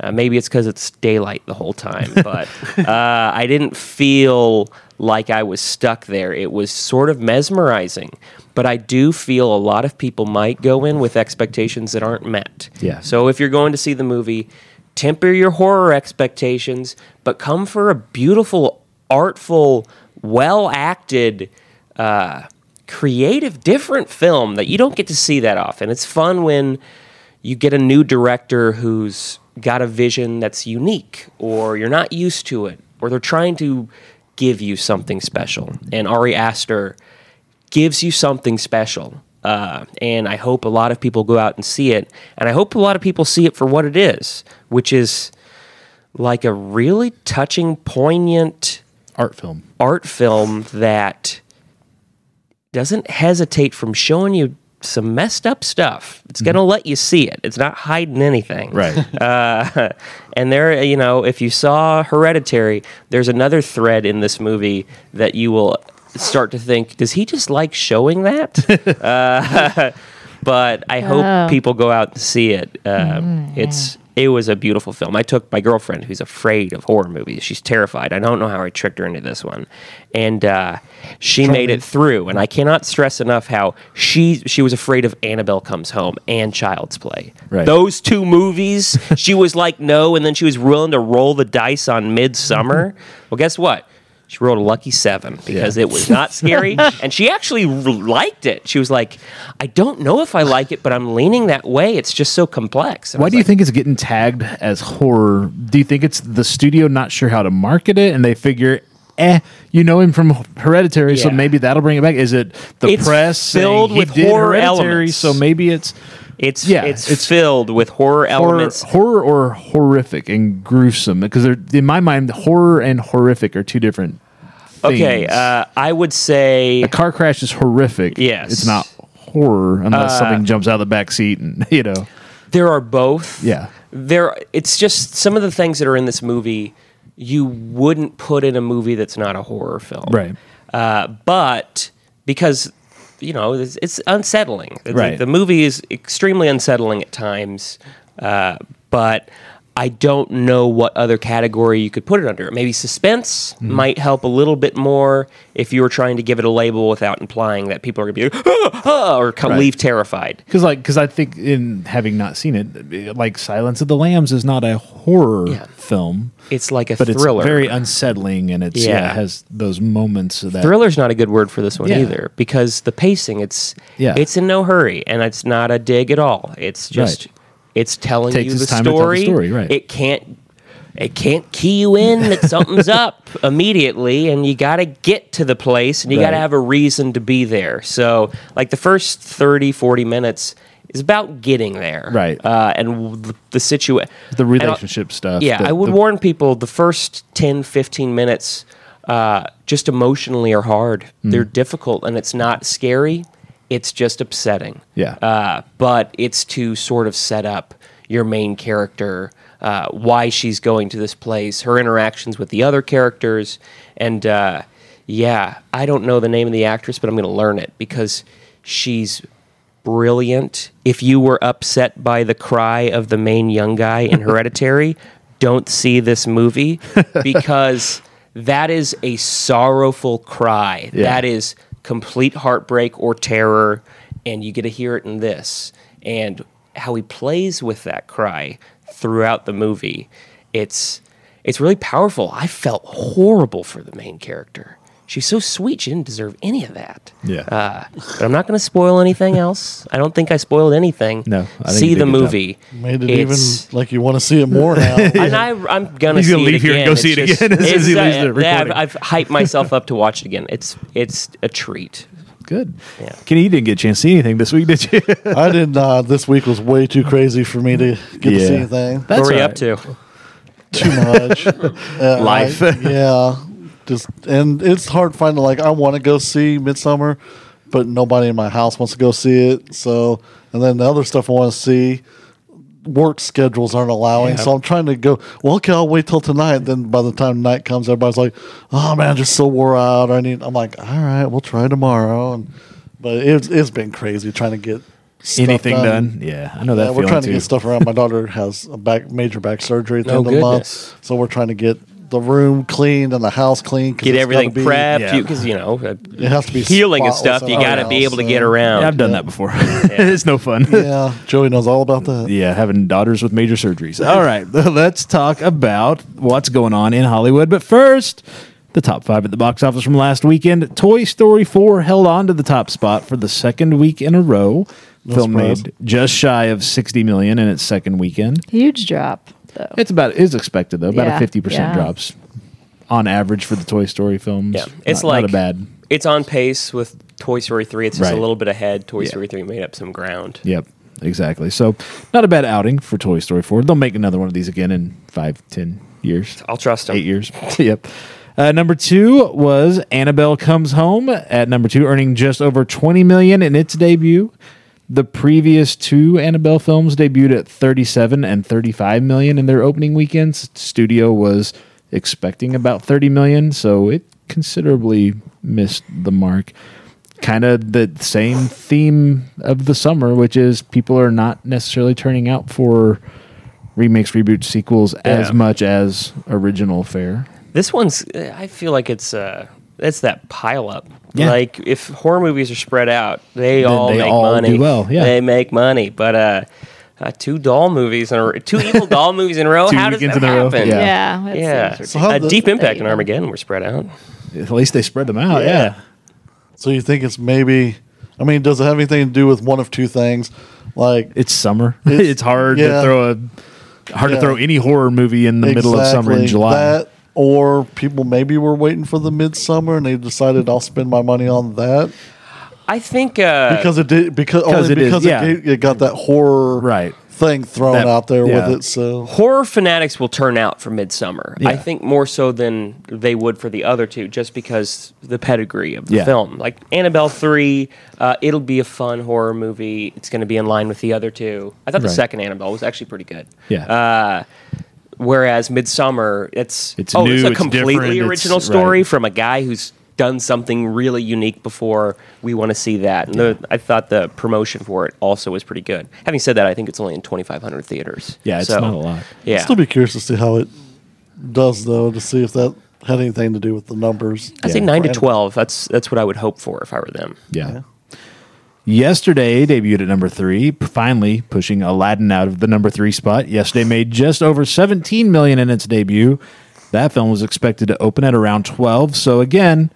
Speaker 3: uh, maybe it's because it's daylight the whole time but uh, i didn't feel like i was stuck there it was sort of mesmerizing but i do feel a lot of people might go in with expectations that aren't met
Speaker 1: Yeah.
Speaker 3: so if you're going to see the movie, temper your horror expectations, but come for a beautiful, artful, well acted, uh, creative, different film that you don't get to see that often. It's fun when you get a new director who's got a vision that's unique, or you're not used to it, or they're trying to give you something special. And Ari Aster gives you something special. Uh, and I hope a lot of people go out and see it. And I hope a lot of people see it for what it is, which is like a really touching, poignant
Speaker 1: art film.
Speaker 3: art film that doesn't hesitate from showing you some messed up stuff. It's going to let you see it, it's not hiding anything.
Speaker 1: Right.
Speaker 3: Uh, and there, you know, if you saw Hereditary, there's another thread in this movie that you will start to think, does he just like showing that? uh, but I hope
Speaker 2: Oh.
Speaker 3: people go out and see it. Uh, It's it was a beautiful film. I took my girlfriend, who's afraid of horror movies. She's terrified. I don't know how I tricked her into this one, and uh, she made it through. And I cannot stress enough how she she was afraid of Annabelle Comes Home and Child's Play.
Speaker 1: Right.
Speaker 3: Those two movies, she was like no, and then she was willing to roll the dice on Midsummer. well, guess what? She rolled a lucky seven because
Speaker 1: Mm-hmm. Yeah.
Speaker 3: it was not scary, and she actually r- liked it. She was like, "I don't know if I like it, but I'm leaning that way. It's just so complex." And I
Speaker 1: Why
Speaker 3: was
Speaker 1: do you
Speaker 3: like,
Speaker 1: think it's getting tagged as horror? Do you think it's the studio not sure how to market it and they figure, eh, you know him from Hereditary, so
Speaker 3: Yeah.
Speaker 1: maybe that'll bring it back? Is it the
Speaker 3: It's
Speaker 1: press
Speaker 3: filled
Speaker 1: saying he
Speaker 3: with
Speaker 1: did
Speaker 3: horror
Speaker 1: Hereditary,
Speaker 3: elements.
Speaker 1: so maybe it's
Speaker 3: it's
Speaker 1: yeah,
Speaker 3: it's,
Speaker 1: it's
Speaker 3: filled with
Speaker 1: horror,
Speaker 3: horror elements?
Speaker 1: horror or horrific and gruesome? Because they're in my mind, horror and horrific are two different.
Speaker 3: Okay,
Speaker 1: things.
Speaker 3: uh, I would say
Speaker 1: a car crash is horrific.
Speaker 3: Yes. Uh,
Speaker 1: it's not horror unless something jumps out of the back seat and you know.
Speaker 3: there are both.
Speaker 1: Yeah.
Speaker 3: There it's just some of the things that are in this movie you wouldn't put in a movie that's not a horror film.
Speaker 1: Right.
Speaker 3: Uh, but because you know, it's, it's unsettling. It's
Speaker 1: Right.
Speaker 3: like the movie is extremely unsettling at times. Uh, but I don't know what other category you could put it under. Maybe suspense
Speaker 1: Mm-hmm.
Speaker 3: might help a little bit more if you were trying to give it a label without implying that people are going to be like, "Ah, ah," or come,
Speaker 1: Right.
Speaker 3: leave terrified.
Speaker 1: Because like, because I think in having not seen it, like Silence of the Lambs is not a horror
Speaker 3: Yeah.
Speaker 1: film,
Speaker 3: It's like a
Speaker 1: but
Speaker 3: thriller.
Speaker 1: it's very unsettling and it's yeah,
Speaker 3: Yeah.
Speaker 1: has those moments of that
Speaker 3: thriller's not a good word for this one
Speaker 1: Yeah.
Speaker 3: either because the pacing it's
Speaker 1: Yeah.
Speaker 3: it's in no hurry and it's not a dig at all it's just
Speaker 1: Right.
Speaker 3: it's telling
Speaker 1: Takes
Speaker 3: you the
Speaker 1: its time to tell the
Speaker 3: story,
Speaker 1: story, right.
Speaker 3: it can't it can't key you in that something's up immediately and you got to get to the place and you got to
Speaker 1: Right.
Speaker 3: have a reason to be there so like the first 30 40 minutes is about getting there
Speaker 1: Right.
Speaker 3: uh, and w- the situation
Speaker 1: the relationship stuff.
Speaker 3: yeah,
Speaker 1: that
Speaker 3: I would
Speaker 1: the-
Speaker 3: warn people the first 10, 15 minutes uh, just emotionally are hard. They're difficult and it's not scary, it's just upsetting.
Speaker 1: Yeah.
Speaker 3: Uh, but it's to sort of set up your main character, uh, why she's going to this place, her interactions with the other characters. And uh, yeah, I don't know the name of the actress, but I'm going to learn it because she's brilliant. If you were upset by the cry of the main young guy in Hereditary, don't see this movie because that is a sorrowful cry.
Speaker 1: Yeah.
Speaker 3: That is complete heartbreak or terror, and you get to hear it in this. And how he plays with that cry throughout the movie, it's it's really powerful. I felt horrible for the main character. She's so sweet; she didn't deserve any of that.
Speaker 1: Yeah.
Speaker 3: Uh, but I'm not going to spoil anything else. I don't think I spoiled anything.
Speaker 1: No, I think
Speaker 3: see
Speaker 1: you did
Speaker 3: the
Speaker 1: a good job.
Speaker 3: movie.
Speaker 4: Made it
Speaker 3: It's-
Speaker 4: even like you want to see it more now.
Speaker 3: and I, I'm gonna.
Speaker 1: He's
Speaker 3: see
Speaker 1: gonna
Speaker 3: it
Speaker 1: leave here and
Speaker 3: again.
Speaker 1: go
Speaker 3: It's
Speaker 1: see it
Speaker 3: just-
Speaker 1: again as soon as
Speaker 3: it's,
Speaker 1: he leaves the
Speaker 3: yeah, I've,
Speaker 1: recording.
Speaker 3: I've hyped myself up to watch it again. It's it's a treat.
Speaker 1: Good.
Speaker 3: Yeah.
Speaker 1: Kenny, you didn't get a chance to see anything this week, did you?
Speaker 4: I didn't. Uh, this week was way too crazy for me to get to see
Speaker 1: Yeah.
Speaker 4: anything.
Speaker 1: That's
Speaker 3: what were you
Speaker 1: all
Speaker 3: up to?
Speaker 4: Too much. Uh,
Speaker 1: Life.
Speaker 4: I- yeah. Just and it's hard finding. Like I want to go see Midsummer, but nobody in my house wants to go see it. So and then the other stuff I want to see. Work schedules aren't allowing, so I'm trying to go. Well, okay, I'll wait till tonight. Then by the time night comes, everybody's like, "Oh man, I'm just so wore out." I need. I'm like, "All right, we'll try tomorrow." And but it's it's been crazy trying to get stuff
Speaker 1: Anything done? um, Yeah, I know that.
Speaker 4: yeah, we're
Speaker 1: feeling
Speaker 4: trying
Speaker 1: too.
Speaker 4: to get stuff around. My daughter has a back major back surgery at the
Speaker 3: Oh,
Speaker 4: end of the
Speaker 3: goodness.
Speaker 4: month, so we're trying to get the room cleaned and the house cleaned. 'cause
Speaker 3: Get
Speaker 4: it's gotta
Speaker 3: everything
Speaker 4: be-
Speaker 3: prepped
Speaker 1: yeah.
Speaker 3: because you know uh,
Speaker 4: It has to be
Speaker 3: healing and
Speaker 4: spotless
Speaker 3: stuff. You
Speaker 4: everywhere
Speaker 3: got to be
Speaker 4: else,
Speaker 3: able to
Speaker 4: yeah.
Speaker 3: get around.
Speaker 1: Yeah, I've done that before. it's no fun.
Speaker 4: Yeah, Joey knows all about that.
Speaker 1: Yeah, having daughters with major surgeries. All right, let's talk about what's going on in Hollywood. But first, the top five at the box office from last weekend. Toy Story 4 held on to the top spot for the second week in a row. Film
Speaker 4: surprise.
Speaker 1: made just shy of 60 million in its second weekend.
Speaker 2: Huge drop, though.
Speaker 1: It's about is expected though, about
Speaker 2: Yeah,
Speaker 1: a 50%
Speaker 2: yeah.
Speaker 1: drops on average for the Toy Story films.
Speaker 3: Yeah, it's
Speaker 1: Not-
Speaker 3: like
Speaker 1: not a bad.
Speaker 3: It's on pace with Toy Story three. It's just
Speaker 1: Right.
Speaker 3: a little bit ahead. Toy
Speaker 1: Yeah.
Speaker 3: Story three made up some ground.
Speaker 1: Yep, exactly. So, not a bad outing for Toy Story 4. They'll make another one of these again in five, ten years.
Speaker 3: I'll trust them.
Speaker 1: Eight years. yep. Uh, number two was Annabelle Comes Home at number two, earning just over 20 million in its debut. The previous two Annabelle films debuted at 37 and 35 million in their opening weekends. Studio was expecting about 30 million, so it considerably missed the mark. Kind of the same theme of the summer, which is people are not necessarily turning out for remakes, reboots, sequels as
Speaker 3: Yeah.
Speaker 1: much as original fare.
Speaker 3: This one's. eh, I feel like it's. Uh, it's that pile up.
Speaker 1: Yeah.
Speaker 3: Like if horror movies are spread out, they
Speaker 1: Then
Speaker 3: all
Speaker 1: they
Speaker 3: make
Speaker 1: all
Speaker 3: money.
Speaker 1: do well, yeah.
Speaker 3: They make money, but uh, uh, two doll movies in a r- two evil doll movies in a row.
Speaker 1: Two
Speaker 3: how does that
Speaker 1: weekends in a row,
Speaker 3: happen?
Speaker 1: yeah.
Speaker 2: Yeah. that
Speaker 3: Yeah,
Speaker 2: seems
Speaker 4: So how
Speaker 3: Uh,
Speaker 4: the-
Speaker 3: Deep Impact and
Speaker 2: They-
Speaker 3: Armageddon were spread out.
Speaker 1: At least they spread them out.
Speaker 3: Yeah.
Speaker 1: Yeah.
Speaker 4: So you think it's maybe? I mean, does it have anything to do with one of two things? Like
Speaker 1: It's summer. It's,
Speaker 4: It's-
Speaker 1: hard to
Speaker 4: yeah.
Speaker 1: throw a hard to
Speaker 4: Yeah.
Speaker 1: throw any horror movie in the middle of summer in
Speaker 4: Exactly.
Speaker 1: July.
Speaker 4: That or people maybe were waiting for the midsummer and they decided I'll spend my money on that.
Speaker 3: I think uh,
Speaker 4: because it did because,
Speaker 1: Because
Speaker 4: only
Speaker 1: it is,
Speaker 4: because
Speaker 1: yeah.
Speaker 4: it, ga- it got that horror
Speaker 1: Right.
Speaker 4: thing thrown
Speaker 1: That-
Speaker 4: out there
Speaker 1: yeah.
Speaker 4: with it. So
Speaker 3: horror fanatics will turn out for Midsummer.
Speaker 1: Yeah.
Speaker 3: I think more so than they would for the other two, just because the pedigree of the
Speaker 1: Yeah.
Speaker 3: film. Like Annabelle three, uh, it'll be a fun horror movie. It's going to be in line with the other two. I thought the
Speaker 1: Right.
Speaker 3: second Annabelle was actually pretty good.
Speaker 1: Yeah.
Speaker 3: Uh, Whereas Midsummer, it's
Speaker 1: It's
Speaker 3: oh,
Speaker 1: new,
Speaker 3: it's a
Speaker 1: it's different,
Speaker 3: completely
Speaker 1: it's-
Speaker 3: original story
Speaker 1: right.
Speaker 3: from a guy who's done something really unique before. We want to see that, and the, I thought the promotion for it also was pretty good. Having said that, I think it's only in 2,500 theaters.
Speaker 1: Yeah, it's
Speaker 3: So,
Speaker 1: not a lot.
Speaker 3: Yeah,
Speaker 4: still be curious to see how it does though to see if that had anything to do with the numbers.
Speaker 3: I'd say
Speaker 1: Yeah.
Speaker 3: nine to
Speaker 4: Right.
Speaker 3: twelve. That's that's what I would hope for if I were them.
Speaker 1: yeah. Yesterday debuted at number three, p- finally pushing Aladdin out of the number three spot. Yesterday made just over 17 million in its debut. That film was expected to open at around 12. So again,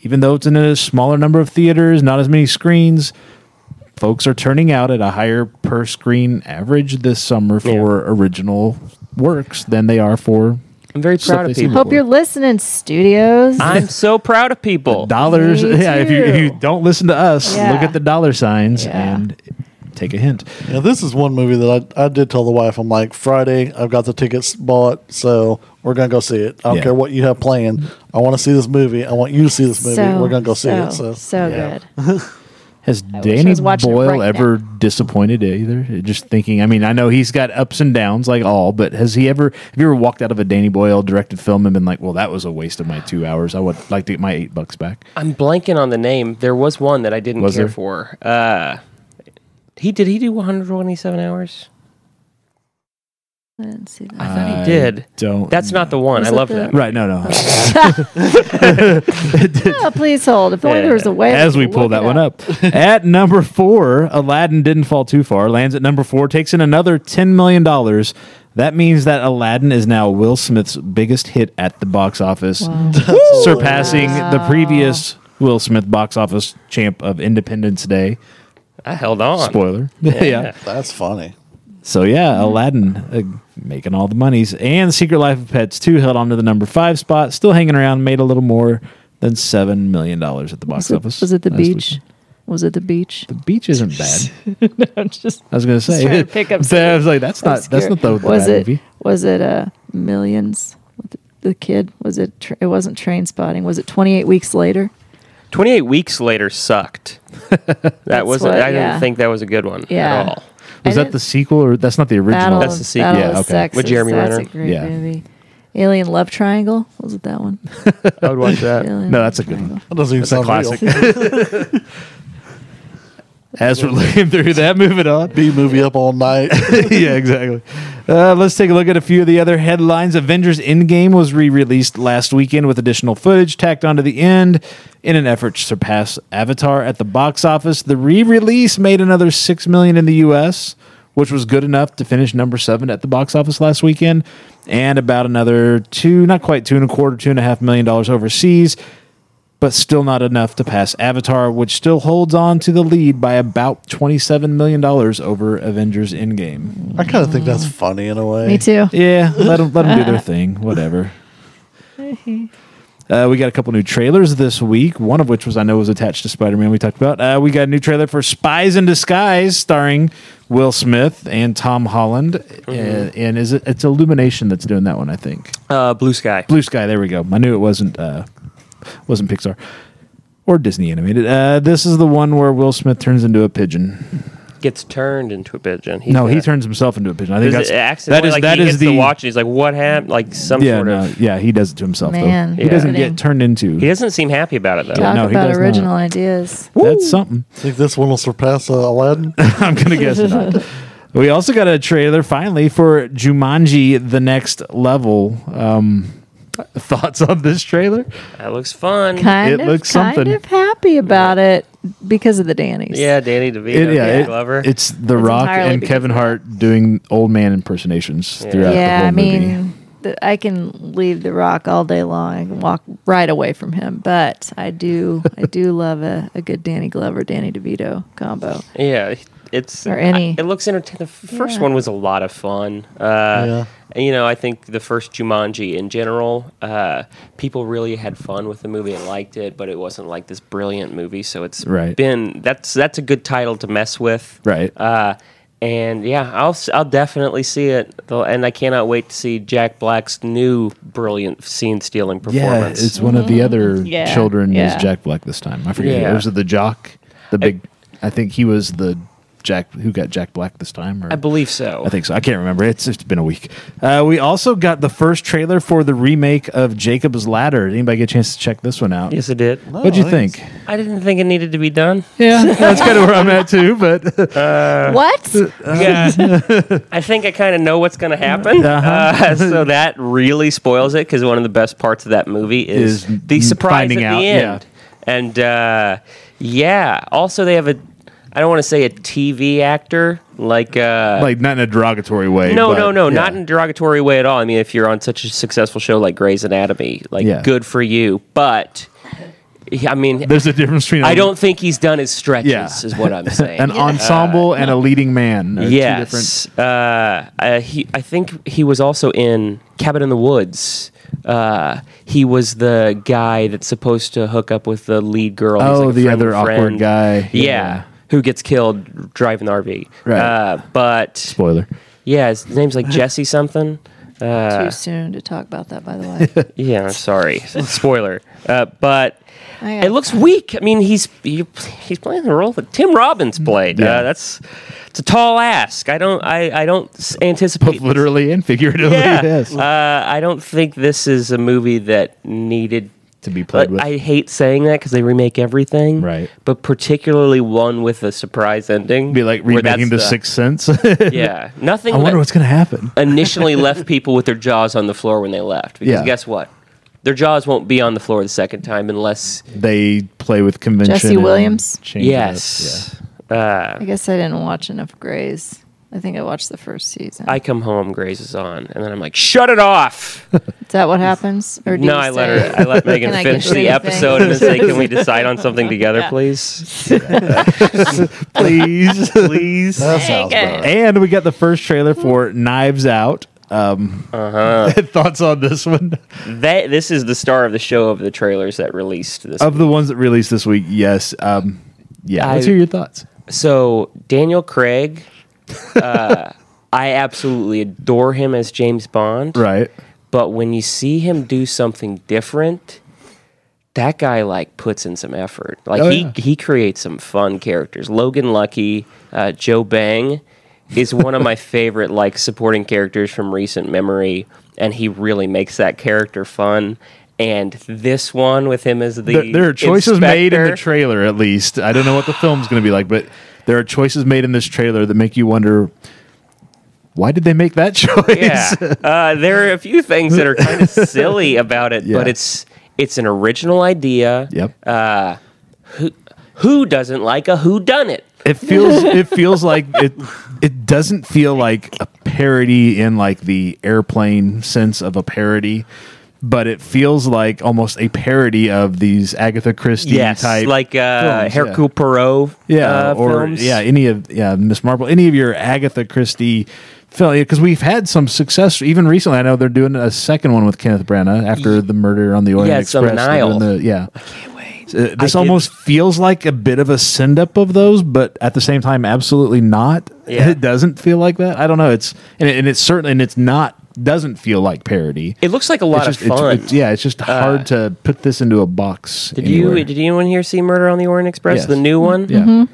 Speaker 1: even though it's in a smaller number of theaters, not as many screens, folks are turning out at a higher per screen average this summer for original works than they are for
Speaker 3: I'm very
Speaker 1: Stuff
Speaker 3: proud
Speaker 1: they
Speaker 3: of
Speaker 1: see
Speaker 3: people.
Speaker 2: Hope you're listening, studios.
Speaker 3: I'm so proud of people.
Speaker 1: dollars.
Speaker 2: Me
Speaker 1: Yeah, if you, if you
Speaker 2: too.
Speaker 1: don't listen to us,
Speaker 2: Yeah.
Speaker 1: look at the dollar signs
Speaker 2: Yeah.
Speaker 1: and take a hint.
Speaker 4: Now this is one movie that I, I did tell the wife I'm like Friday I've got the tickets bought so we're gonna go see it. I don't
Speaker 1: Yeah.
Speaker 4: care what you have planned. I want to see this movie. I want you to see this movie.
Speaker 2: so,
Speaker 4: we're gonna go see
Speaker 2: so,
Speaker 4: it. So,
Speaker 2: so
Speaker 1: Yeah.
Speaker 2: good.
Speaker 1: Has
Speaker 2: wish I
Speaker 1: Danny
Speaker 2: was watching it
Speaker 1: Boyle
Speaker 2: right
Speaker 1: ever disappointed either? Just thinking, I mean, I know he's got ups and downs like all, but has he ever have you ever walked out of a Danny Boyle directed film and been like, "Well, that was a waste of my 2 hours. I would like to get my 8 bucks back."
Speaker 3: I'm blanking on the name. There was one that I didn't
Speaker 1: Was
Speaker 3: care
Speaker 1: there?
Speaker 3: for. Uh, he did he do 127 hours?
Speaker 2: I didn't see that.
Speaker 3: I thought he did.
Speaker 1: Don't
Speaker 3: That's not the one.
Speaker 2: Was
Speaker 3: I
Speaker 2: it
Speaker 3: love
Speaker 2: the-
Speaker 3: that.
Speaker 1: Right, no, no.
Speaker 2: Oh, please hold. If only there was a way.
Speaker 1: As
Speaker 2: I
Speaker 1: we
Speaker 2: could
Speaker 1: pull
Speaker 2: look
Speaker 1: that
Speaker 2: it
Speaker 1: one up. At number 4, Aladdin didn't fall too far. Lands at number 4, takes in another 10 million dollars. That means that Aladdin is now Will Smith's biggest hit at the box office. surpassing the previous Will Smith box office champ of Independence Day.
Speaker 3: I held on.
Speaker 1: Spoiler. Yeah.
Speaker 4: that's funny.
Speaker 1: So
Speaker 2: Mm-hmm.
Speaker 1: yeah, Aladdin uh, making all the monies and Secret Life of Pets 2 held on to the number 5 spot, still hanging around, made a little more than seven million dollars at the box
Speaker 2: Was it,
Speaker 1: office.
Speaker 2: was it the
Speaker 1: last
Speaker 2: beach?
Speaker 1: weekend.
Speaker 2: Was it the beach?
Speaker 1: The beach isn't bad.
Speaker 2: I'm just
Speaker 1: I was gonna
Speaker 2: Just
Speaker 1: say.
Speaker 2: trying to pick up
Speaker 1: I was like, that's not that's
Speaker 2: obscure.
Speaker 1: not the
Speaker 2: was
Speaker 1: bad
Speaker 2: it
Speaker 1: movie.
Speaker 2: was it uh millions with the, the kid was it tra- it wasn't train spotting was it 28 weeks later
Speaker 3: 28 weeks later sucked. that wasn't,
Speaker 2: what-
Speaker 3: I didn't
Speaker 2: yeah.
Speaker 3: think that was a good one
Speaker 2: Yeah.
Speaker 3: at all.
Speaker 1: Was
Speaker 2: I
Speaker 1: that
Speaker 2: didn't-
Speaker 1: the sequel or that's not the original?
Speaker 2: Battle
Speaker 3: That's
Speaker 2: of-
Speaker 3: the sequel.
Speaker 2: Battle
Speaker 1: Yeah,
Speaker 2: of the
Speaker 1: okay.
Speaker 2: Sexes.
Speaker 3: With Jeremy
Speaker 2: That's
Speaker 3: Renner.
Speaker 2: a great
Speaker 1: Yeah.
Speaker 2: movie. Alien Love Triangle was it that one?
Speaker 3: I would watch that.
Speaker 2: Alien
Speaker 1: Uh, No,
Speaker 2: Love
Speaker 1: that's a good
Speaker 2: Triangle.
Speaker 4: That doesn't even
Speaker 1: a
Speaker 4: sound
Speaker 1: classic.
Speaker 4: real.
Speaker 1: As we're looking through that, moving on.
Speaker 4: B movie up all night.
Speaker 1: yeah, exactly. Uh, let's take a look at a few of the other headlines. Avengers Endgame was re released last weekend with additional footage tacked onto the end in an effort to surpass Avatar at the box office. The re release made another 6 million in the US, which was good enough to finish number seven at the box office last weekend, and about another two, not quite two and a quarter, two and a half million dollars overseas. But still not enough to pass Avatar, which still holds on to the lead by about $27 million over Avengers Endgame.
Speaker 4: I kind of think that's funny in a way.
Speaker 2: Me too.
Speaker 1: Yeah, let them do their thing. Whatever. Uh, we got a couple new trailers this week. One of which was I know was attached to Spider Man. We talked about. Uh, we got a new trailer for Spies in Disguise, starring Will Smith and Tom Holland.
Speaker 3: Oh,
Speaker 1: Uh, and is it? It's Illumination that's doing that one, I think.
Speaker 3: Uh, Blue Sky.
Speaker 1: Blue Sky. There we go. I knew it wasn't uh, wasn't Pixar or Disney animated. Uh, this is the one where Will Smith turns into a pigeon.
Speaker 3: Gets turned into a pigeon. He's
Speaker 1: No, he
Speaker 3: gonna-
Speaker 1: turns himself into a pigeon. I think
Speaker 3: Does
Speaker 1: that's
Speaker 3: it accidentally, like,
Speaker 1: that
Speaker 3: he
Speaker 1: is
Speaker 3: hits the, watch and he's like, what happened? Like some
Speaker 1: yeah,
Speaker 3: sort
Speaker 1: no,
Speaker 3: of.
Speaker 1: yeah, he does it to himself.
Speaker 2: Man.
Speaker 1: though. he
Speaker 3: Yeah.
Speaker 1: doesn't get
Speaker 2: Kidding.
Speaker 1: turned into.
Speaker 3: He doesn't seem happy about it though.
Speaker 1: Yeah.
Speaker 2: Talk
Speaker 1: no, he
Speaker 2: about
Speaker 1: does
Speaker 2: original
Speaker 1: not.
Speaker 2: ideas.
Speaker 1: That's something.
Speaker 4: Think this one will surpass uh, Aladdin?
Speaker 1: I'm gonna guess not. We also got a trailer finally for Jumanji: The Next Level. Um, thoughts on this trailer?
Speaker 3: That looks fun.
Speaker 2: Kind
Speaker 1: It
Speaker 2: of,
Speaker 1: looks
Speaker 2: kind
Speaker 1: something.
Speaker 2: of happy about it because of the Dannies.
Speaker 3: Yeah, Danny DeVito,
Speaker 1: It- yeah,
Speaker 3: Danny
Speaker 1: it-
Speaker 3: Glover.
Speaker 1: it's The
Speaker 2: It's
Speaker 1: Rock
Speaker 2: entirely
Speaker 1: and
Speaker 2: because
Speaker 1: Kevin
Speaker 2: of that.
Speaker 1: Hart doing old man impersonations
Speaker 3: Yeah.
Speaker 1: throughout
Speaker 2: yeah,
Speaker 1: the whole
Speaker 2: I
Speaker 1: movie.
Speaker 2: mean, the, I can leave The Rock all day long and walk right away from him, but I do, I do love a, a good Danny Glover, Danny DeVito combo.
Speaker 3: yeah, it's
Speaker 2: Or any.
Speaker 3: I- it looks entertaining. The f- first
Speaker 2: Yeah.
Speaker 3: one was a lot of fun. Uh,
Speaker 4: Yeah.
Speaker 3: and, You know, I think the first Jumanji in general, uh, people really had fun with the movie and liked it, but it wasn't like this brilliant movie. So it's
Speaker 1: Right.
Speaker 3: been that's that's a good title to mess with.
Speaker 1: Right.
Speaker 3: Uh, and yeah, I'll s- I'll definitely see it. Though, and I cannot wait to see Jack Black's new brilliant scene stealing
Speaker 1: Yeah,
Speaker 3: performance.
Speaker 1: it's one of the other
Speaker 2: Mm-hmm. Yeah,
Speaker 1: children
Speaker 2: yeah.
Speaker 1: is Jack Black this time. I forget.
Speaker 3: Yeah.
Speaker 1: who Was it the jock? The big? I think he was the Jack who got Jack Black this time. Or
Speaker 3: I believe so.
Speaker 1: I think so. I can't remember. It's it's been a week. Uh, we also got the first trailer for the remake of Jacob's Ladder. Did anybody get a chance to check this one out?
Speaker 3: Yes, it did.
Speaker 1: What'd you
Speaker 4: Oh,
Speaker 1: think?
Speaker 3: I didn't think it needed to be done.
Speaker 1: Yeah, that's kind of where I'm at too. But
Speaker 3: Uh,
Speaker 1: Uh,
Speaker 2: what?
Speaker 3: Yeah, I think I kind of know what's going to happen.
Speaker 1: Uh-huh.
Speaker 3: Uh, so that really spoils it because one of the best parts of that movie is,
Speaker 1: Is
Speaker 3: the surprise at
Speaker 1: finding
Speaker 3: the
Speaker 1: out, yeah.
Speaker 3: end. And uh, yeah, also they have a. I don't want to say a TV actor like. Uh,
Speaker 1: like not in a derogatory way.
Speaker 3: no,
Speaker 1: but-
Speaker 3: no, no,
Speaker 1: yeah.
Speaker 3: not in a derogatory way at all. I mean, if you're on such a successful show like Grey's Anatomy, like
Speaker 1: Yeah.
Speaker 3: good for you. But yeah, I mean,
Speaker 1: There's a difference between. I
Speaker 3: I don't think he's done his stretches,
Speaker 1: Yeah.
Speaker 3: is what I'm saying. Uh,
Speaker 1: An ensemble and a leading man. are two
Speaker 3: Yes. Uh, uh, he, I think he was also in Cabin in the Woods. Uh, he was the guy that's supposed to hook up with the lead girl. He's
Speaker 1: Oh,
Speaker 3: like a
Speaker 1: the
Speaker 3: friend
Speaker 1: other
Speaker 3: of a
Speaker 1: awkward
Speaker 3: friend.
Speaker 1: guy.
Speaker 3: Yeah.
Speaker 1: Yeah.
Speaker 3: Who gets killed driving the RV.
Speaker 1: Right.
Speaker 3: Uh, but,
Speaker 1: Spoiler.
Speaker 3: yeah, his name's like Jesse something.
Speaker 1: uh,
Speaker 2: Too soon to talk about that, by the way.
Speaker 3: Yeah, sorry. Spoiler. Uh, but
Speaker 2: I
Speaker 3: it looks weak. I mean, he's he, he's playing the role that Tim Robbins played.
Speaker 1: Yeah.
Speaker 3: Uh, that's it's a tall ask. I don't I, I don't s- anticipate
Speaker 1: Both literally and figuratively.
Speaker 3: Yeah.
Speaker 1: Yes.
Speaker 3: Uh, I don't think this is a movie that needed
Speaker 1: To be played
Speaker 3: Like,
Speaker 1: with.
Speaker 3: I hate saying that because they remake everything,
Speaker 1: Right.
Speaker 3: But particularly one with a surprise ending,
Speaker 1: Be like
Speaker 3: where that's
Speaker 1: remaking the Sixth Sense. I
Speaker 3: Yeah, nothing.
Speaker 1: wonder
Speaker 3: le-
Speaker 1: what's gonna happen.
Speaker 3: initially left people with their jaws on the floor when they left. Because
Speaker 1: Yeah.
Speaker 3: guess what? Their jaws won't be on the floor the second time unless
Speaker 1: They play with convention.
Speaker 2: Jesse
Speaker 1: and
Speaker 2: Williams?
Speaker 1: change it up. Yeah.
Speaker 3: yes. Uh,
Speaker 2: I guess I didn't watch enough Grays. I think I watched the first season.
Speaker 3: I come home, Grace is on, and then I'm like, "Shut it off!"
Speaker 2: Is that what happens? Or do
Speaker 3: no,
Speaker 2: you
Speaker 3: I let
Speaker 2: say-
Speaker 3: her. I let Megan
Speaker 2: Can I get
Speaker 3: finish
Speaker 2: three
Speaker 3: the
Speaker 2: things?
Speaker 3: episode and then say, "Can we decide on something together, please?"
Speaker 1: Please, please.
Speaker 4: That sounds
Speaker 2: Okay.
Speaker 4: bad.
Speaker 1: And we got the first trailer for Knives Out, Um,
Speaker 3: Uh-huh.
Speaker 1: Thoughts on this one?
Speaker 3: That this is the star of the show of the trailers that released this.
Speaker 1: Of the ones that released this week, yes. Um, yeah, let's
Speaker 3: I-
Speaker 1: hear your thoughts.
Speaker 3: so Daniel Craig, uh, I absolutely adore him as James Bond.
Speaker 1: Right.
Speaker 3: But when you see him do something different, that guy like puts in some effort. Like
Speaker 1: Oh,
Speaker 3: he
Speaker 1: yeah.
Speaker 3: he creates some fun characters. Logan Lucky, uh, Joe Bang is one of my favorite like supporting characters from recent memory, and he really makes that character fun. And this one with him as the
Speaker 1: There, there are choices made in the
Speaker 3: inspector-
Speaker 1: trailer, at least. I don't know what the film's going to be like, but there are choices made in this trailer that make you wonder why did they make that choice?
Speaker 3: yeah. Uh, there are a few things that are kind of silly about it,
Speaker 1: Yeah.
Speaker 3: but it's it's an original idea.
Speaker 1: Yep.
Speaker 3: Uh, who who doesn't like a who done it?
Speaker 1: It feels it feels like it it doesn't feel like a parody in like the airplane sense of a parody, but it feels like almost a parody of these Agatha Christie type
Speaker 3: like uh,
Speaker 1: films, yeah.
Speaker 3: Hercule Poirot.
Speaker 1: yeah,
Speaker 3: uh,
Speaker 1: or
Speaker 3: films.
Speaker 1: yeah, any of yeah, Miss Marple, any of your Agatha Christie film because we've had some success even recently. I know they're doing a second one with Kenneth Branagh after the murder on the Orient
Speaker 3: Yeah, it's on
Speaker 1: Express. They're doing
Speaker 3: Nile.
Speaker 1: the- yeah, I can't wait. Uh, this
Speaker 3: I did-
Speaker 1: almost feels like a bit of a send up of those, but at the same time, absolutely not.
Speaker 3: Yeah.
Speaker 1: It doesn't feel like that. I don't know. It's and, it, and it's certainly and it's not doesn't feel like parody.
Speaker 3: It looks like a lot
Speaker 1: it's just
Speaker 3: of fun. Uh,
Speaker 1: It's, it's, yeah, it's just hard to put this into a box.
Speaker 3: Did you did anyone here see Murder on the Orient Express,
Speaker 1: Yes. Mm-hmm.
Speaker 3: the new one?
Speaker 1: yeah.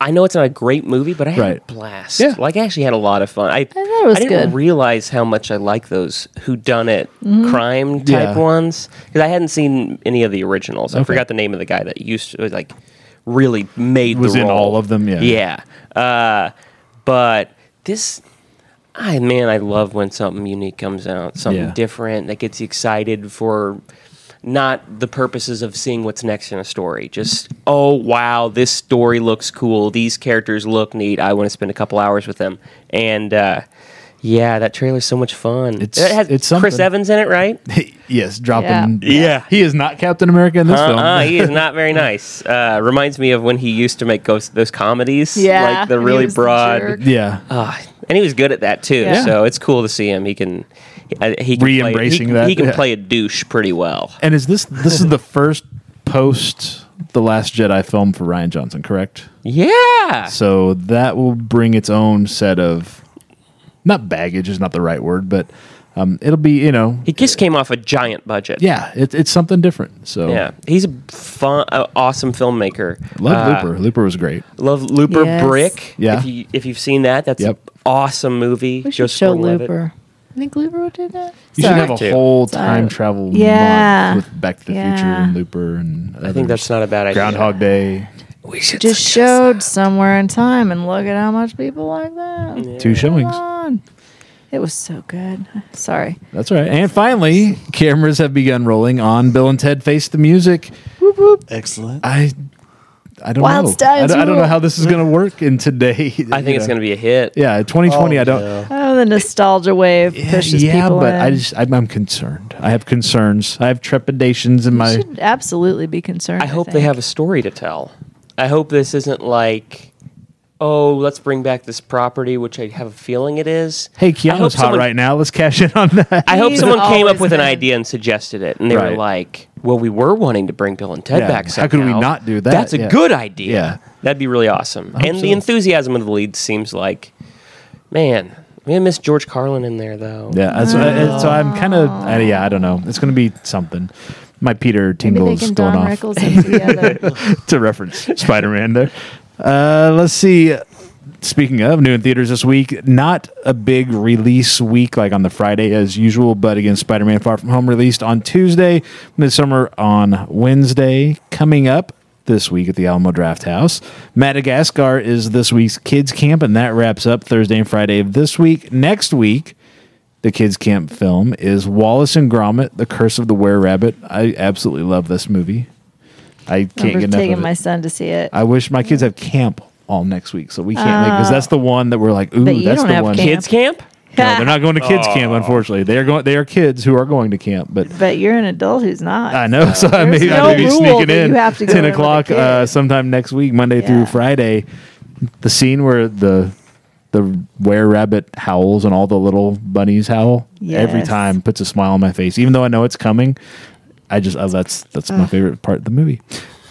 Speaker 3: I know it's not a great movie, but I had
Speaker 1: Right.
Speaker 3: a blast.
Speaker 1: Yeah.
Speaker 3: Like I actually had a lot of fun. I, I
Speaker 2: thought it was
Speaker 3: I didn't
Speaker 2: good. Mm-hmm.
Speaker 3: realize how much I like those who done it crime type
Speaker 1: Yeah.
Speaker 3: ones cuz I hadn't seen any of the originals. I
Speaker 1: Okay.
Speaker 3: forgot the name of the guy that used to like really made
Speaker 1: Was
Speaker 3: the
Speaker 1: in
Speaker 3: role.
Speaker 1: all of them, yeah.
Speaker 3: Yeah. Uh, but this I man, I love when something unique comes out, something
Speaker 1: Yeah.
Speaker 3: different that gets you excited for not the purposes of seeing what's next in a story. Just oh wow, this story looks cool. These characters look neat. I want to spend a couple hours with them. And uh, yeah, that trailer's so much fun.
Speaker 1: It's-
Speaker 3: it has
Speaker 1: it's
Speaker 3: Chris
Speaker 1: something.
Speaker 3: Evans in it, right?
Speaker 1: yes, dropping.
Speaker 2: Yeah.
Speaker 3: Yeah.
Speaker 1: he is not Captain America in this
Speaker 3: Uh-uh,
Speaker 1: film.
Speaker 3: he is not very nice. Uh, reminds me of when he used to make those, those comedies,
Speaker 2: Yeah,
Speaker 3: like the
Speaker 2: and he
Speaker 3: really
Speaker 2: was the jerk.
Speaker 3: broad.
Speaker 1: yeah,
Speaker 3: Ah, and he was good at that too.
Speaker 1: Yeah.
Speaker 3: So it's cool to see him. He can he, he can
Speaker 1: Re-embracing
Speaker 3: play, he,
Speaker 1: that,
Speaker 3: He can
Speaker 1: yeah.
Speaker 3: play a douche pretty well.
Speaker 1: and is this this is the first post the Last Jedi film for Ryan Johnson? Correct.
Speaker 3: Yeah.
Speaker 1: So that will bring its own set of not baggage is not the right word, but um, it'll be you know
Speaker 3: He just came off a giant budget.
Speaker 1: yeah it, it's something different. So
Speaker 3: Yeah. He's a fun, uh, awesome filmmaker.
Speaker 1: love
Speaker 3: Uh,
Speaker 1: Looper. Looper was great.
Speaker 3: Love Looper
Speaker 2: Yes.
Speaker 3: Brick.
Speaker 1: Yeah.
Speaker 3: If, you, if you've seen that, that's
Speaker 1: Yep.
Speaker 3: an awesome movie.
Speaker 2: We should
Speaker 3: Joseph
Speaker 2: show
Speaker 3: will love it.
Speaker 2: Looper. I think Looper would do that.
Speaker 1: You should
Speaker 2: Sorry.
Speaker 1: have a
Speaker 3: Too.
Speaker 1: whole time travel
Speaker 2: Yeah.
Speaker 1: month with Back to the Future
Speaker 2: Yeah.
Speaker 1: and Looper and
Speaker 3: I think that's not a bad idea.
Speaker 1: Groundhog Day.
Speaker 3: We should
Speaker 2: Just showed somewhere in time, and look at how much people like that.
Speaker 1: Two
Speaker 2: Come
Speaker 1: showings.
Speaker 2: on. It was so good. Sorry.
Speaker 1: That's right. And finally, cameras have begun rolling on Bill and Ted Face the Music.
Speaker 4: Excellent.
Speaker 1: I I don't
Speaker 2: Wild
Speaker 1: know. I
Speaker 2: styles
Speaker 1: don't, I don't know
Speaker 2: rule.
Speaker 1: how this is going to work in today.
Speaker 3: I think it's going to be a hit.
Speaker 1: Yeah, 2020 I don't
Speaker 2: Oh, the nostalgia wave
Speaker 1: Yeah,
Speaker 2: pushes
Speaker 1: yeah,
Speaker 2: people
Speaker 1: but
Speaker 2: in.
Speaker 1: I just I'm, I'm concerned. I have concerns. I have trepidations in my
Speaker 2: You should absolutely be concerned.
Speaker 3: I hope they have a story to tell. I hope this isn't like, oh, let's bring back this property, which I have a feeling it is.
Speaker 1: Hey,
Speaker 3: I hope
Speaker 1: Keanu's hot
Speaker 3: someone-
Speaker 1: right now. Let's cash in on that.
Speaker 3: I hope
Speaker 2: He's
Speaker 3: someone came up
Speaker 2: always
Speaker 3: with an
Speaker 2: been-
Speaker 3: idea and suggested it, and they were
Speaker 1: Right.
Speaker 3: like, "Well, we were wanting to bring Bill and Ted
Speaker 1: Yeah,
Speaker 3: back.
Speaker 1: how could we
Speaker 3: somehow.
Speaker 1: not do that?
Speaker 3: That's a
Speaker 1: Yeah.
Speaker 3: good idea.
Speaker 1: Yeah.
Speaker 3: that'd be really awesome.
Speaker 1: hope
Speaker 3: And
Speaker 1: so.
Speaker 3: the enthusiasm of the lead seems like, man, we miss George Carlin in there though.
Speaker 1: Yeah, that's what I- so I'm kind of uh, yeah, I don't know. It's going to be something. My Peter
Speaker 2: Maybe
Speaker 1: tingle
Speaker 2: they
Speaker 1: is
Speaker 2: can
Speaker 1: going
Speaker 2: Don
Speaker 1: off.
Speaker 2: Rickles them together.
Speaker 1: to reference Spider Man there. Uh, let's see. Speaking of new in theaters this week, not a big release week like on the Friday as usual, but again, Spider Man Far From Home released on Tuesday, Midsummer on Wednesday. Coming up this week at the Alamo Draft House, Madagascar is this week's kids' camp, and that wraps up Thursday and Friday of this week. Next week, the kids' camp film is Wallace and Gromit, The Curse of the Were Rabbit. I absolutely love this movie. I
Speaker 2: I
Speaker 1: can't
Speaker 2: remember
Speaker 1: get enough
Speaker 2: taking
Speaker 1: of it.
Speaker 2: my son to see it.
Speaker 1: I wish my kids have camp all next week, so we can't make because that's the one that we're like, ooh,
Speaker 2: Oh. But you
Speaker 1: that's
Speaker 2: don't
Speaker 1: the
Speaker 2: have
Speaker 1: one.
Speaker 2: camp.
Speaker 3: kids camp.
Speaker 1: No, they're not going to kids camp, unfortunately. They are going. They are kids who are going to camp, but
Speaker 2: but you're an adult who's not.
Speaker 1: I know. So, I may,
Speaker 2: There's
Speaker 1: I may be
Speaker 2: no rule
Speaker 1: sneaking
Speaker 2: that
Speaker 1: in
Speaker 2: you have to go
Speaker 1: ten
Speaker 2: in with a
Speaker 1: o'clock
Speaker 2: kid.
Speaker 1: uh, sometime next week, Monday through
Speaker 2: Yeah.
Speaker 1: Friday. The scene where the the were rabbit howls and all the little bunnies howl every
Speaker 2: Yes.
Speaker 1: time puts a smile on my face. Even though I know it's coming, I just oh, that's that's
Speaker 2: Ah.
Speaker 1: my favorite part of the movie.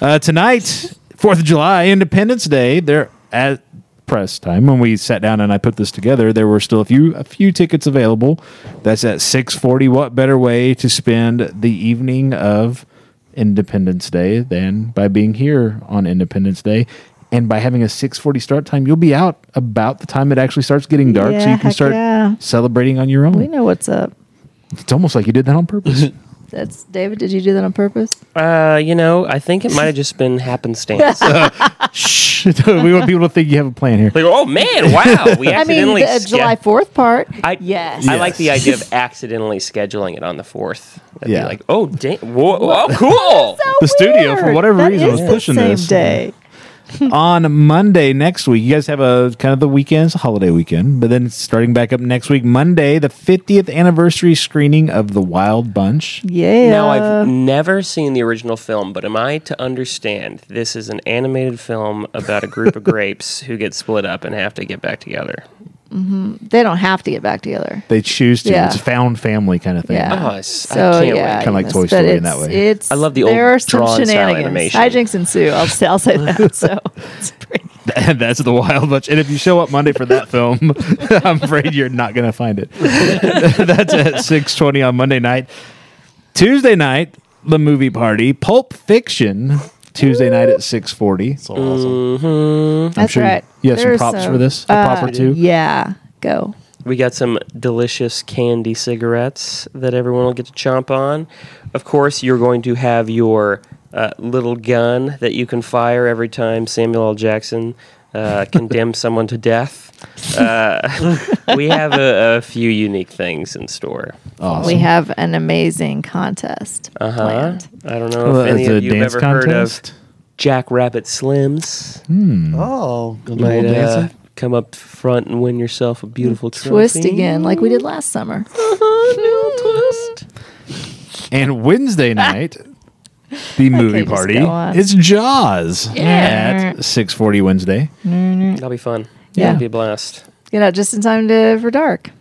Speaker 1: Uh, tonight, Fourth of July, Independence Day. There at press time when we sat down and I put this together, there were still a few a few tickets available. That's at six forty. What better way to spend the evening of Independence Day than by being here on Independence Day? And by having a 6:40 start time, you'll be out about the time it actually starts getting dark, so
Speaker 2: Yeah,
Speaker 1: you can
Speaker 2: heck
Speaker 1: start
Speaker 2: yeah.
Speaker 1: celebrating on your own.
Speaker 2: We know what's up.
Speaker 1: It's almost like you did that on purpose.
Speaker 2: That's David. Did you do that on purpose?
Speaker 3: Uh, you know, I think it might have just been happenstance. like,
Speaker 1: Shh. we want people to think you have a plan here.
Speaker 3: oh man, wow, we
Speaker 2: I mean,
Speaker 3: accidentally.
Speaker 2: the, uh,
Speaker 3: ske-
Speaker 2: July Fourth part.
Speaker 3: I,
Speaker 2: yes.
Speaker 3: I like the idea of accidentally scheduling it on the fourth.
Speaker 1: Yeah.
Speaker 3: Yeah. Like, oh, dang, whoa, oh, cool.
Speaker 2: So
Speaker 1: The studio, for
Speaker 2: weird.
Speaker 1: whatever
Speaker 2: That
Speaker 1: reason,
Speaker 2: is
Speaker 1: was
Speaker 2: the
Speaker 1: pushing
Speaker 2: same
Speaker 1: this.
Speaker 2: day.
Speaker 1: on Monday next week, you guys have a kind of the weekend, it's a holiday weekend, but then starting back up next week, Monday, the 50th anniversary screening of The Wild Bunch.
Speaker 2: Yeah.
Speaker 3: Now, I've never seen the original film, but am I to understand this is an animated film about a group of grapes who get split up and have to get back together?
Speaker 2: they don't have to get back together.
Speaker 1: They choose to.
Speaker 2: Yeah.
Speaker 1: It's a found family kind of thing.
Speaker 2: Yeah.
Speaker 3: Oh, I s- I can't wait.
Speaker 1: Kinda like
Speaker 2: you
Speaker 1: Toy
Speaker 2: missed-
Speaker 1: Story
Speaker 2: but
Speaker 1: in that
Speaker 2: it's-
Speaker 1: way.
Speaker 2: It's,
Speaker 3: I love the old
Speaker 2: there are some
Speaker 3: drawn style
Speaker 2: shenanigans.
Speaker 3: animation.
Speaker 2: Hijinks ensue. I'll say, I'll say that. So it's pretty,
Speaker 1: That's The Wild Bunch. And if you show up Monday for that film, I'm afraid you're not going to find it. That's at 6.20 on Monday night. Tuesday night, the movie party, Pulp Fiction, Tuesday night at 6.40.
Speaker 4: So awesome.
Speaker 2: that's
Speaker 1: sure you-
Speaker 2: right. uh,
Speaker 1: you have some
Speaker 2: There are
Speaker 1: props for this? A prop or two?
Speaker 2: Yeah. Go.
Speaker 3: We got some delicious candy cigarettes that everyone will get to chomp on. Of course, you're going to have your uh, little gun that you can fire every time Samuel L. Jackson uh, condemns someone to death. Uh, we have a, a few unique things in store.
Speaker 1: Awesome.
Speaker 2: We have an amazing contest
Speaker 3: Uh-huh.
Speaker 2: planned.
Speaker 3: I don't know if any of you have ever heard of Jack Rabbit Slims.
Speaker 1: Hmm.
Speaker 4: Oh, good
Speaker 3: Might,
Speaker 4: little
Speaker 3: uh,
Speaker 4: dancing.
Speaker 3: come up front and win yourself a beautiful trophy.
Speaker 2: Hmm. Twist again, like we did last summer.
Speaker 3: Twist.
Speaker 1: And Wednesday night, the movie
Speaker 2: just
Speaker 1: party
Speaker 2: go on.
Speaker 1: is Jaws
Speaker 2: Yeah.
Speaker 1: at six forty Wednesday.
Speaker 3: That'll be fun.
Speaker 2: Yeah.
Speaker 3: That'll be a blast.
Speaker 2: You know, just in time to for dark.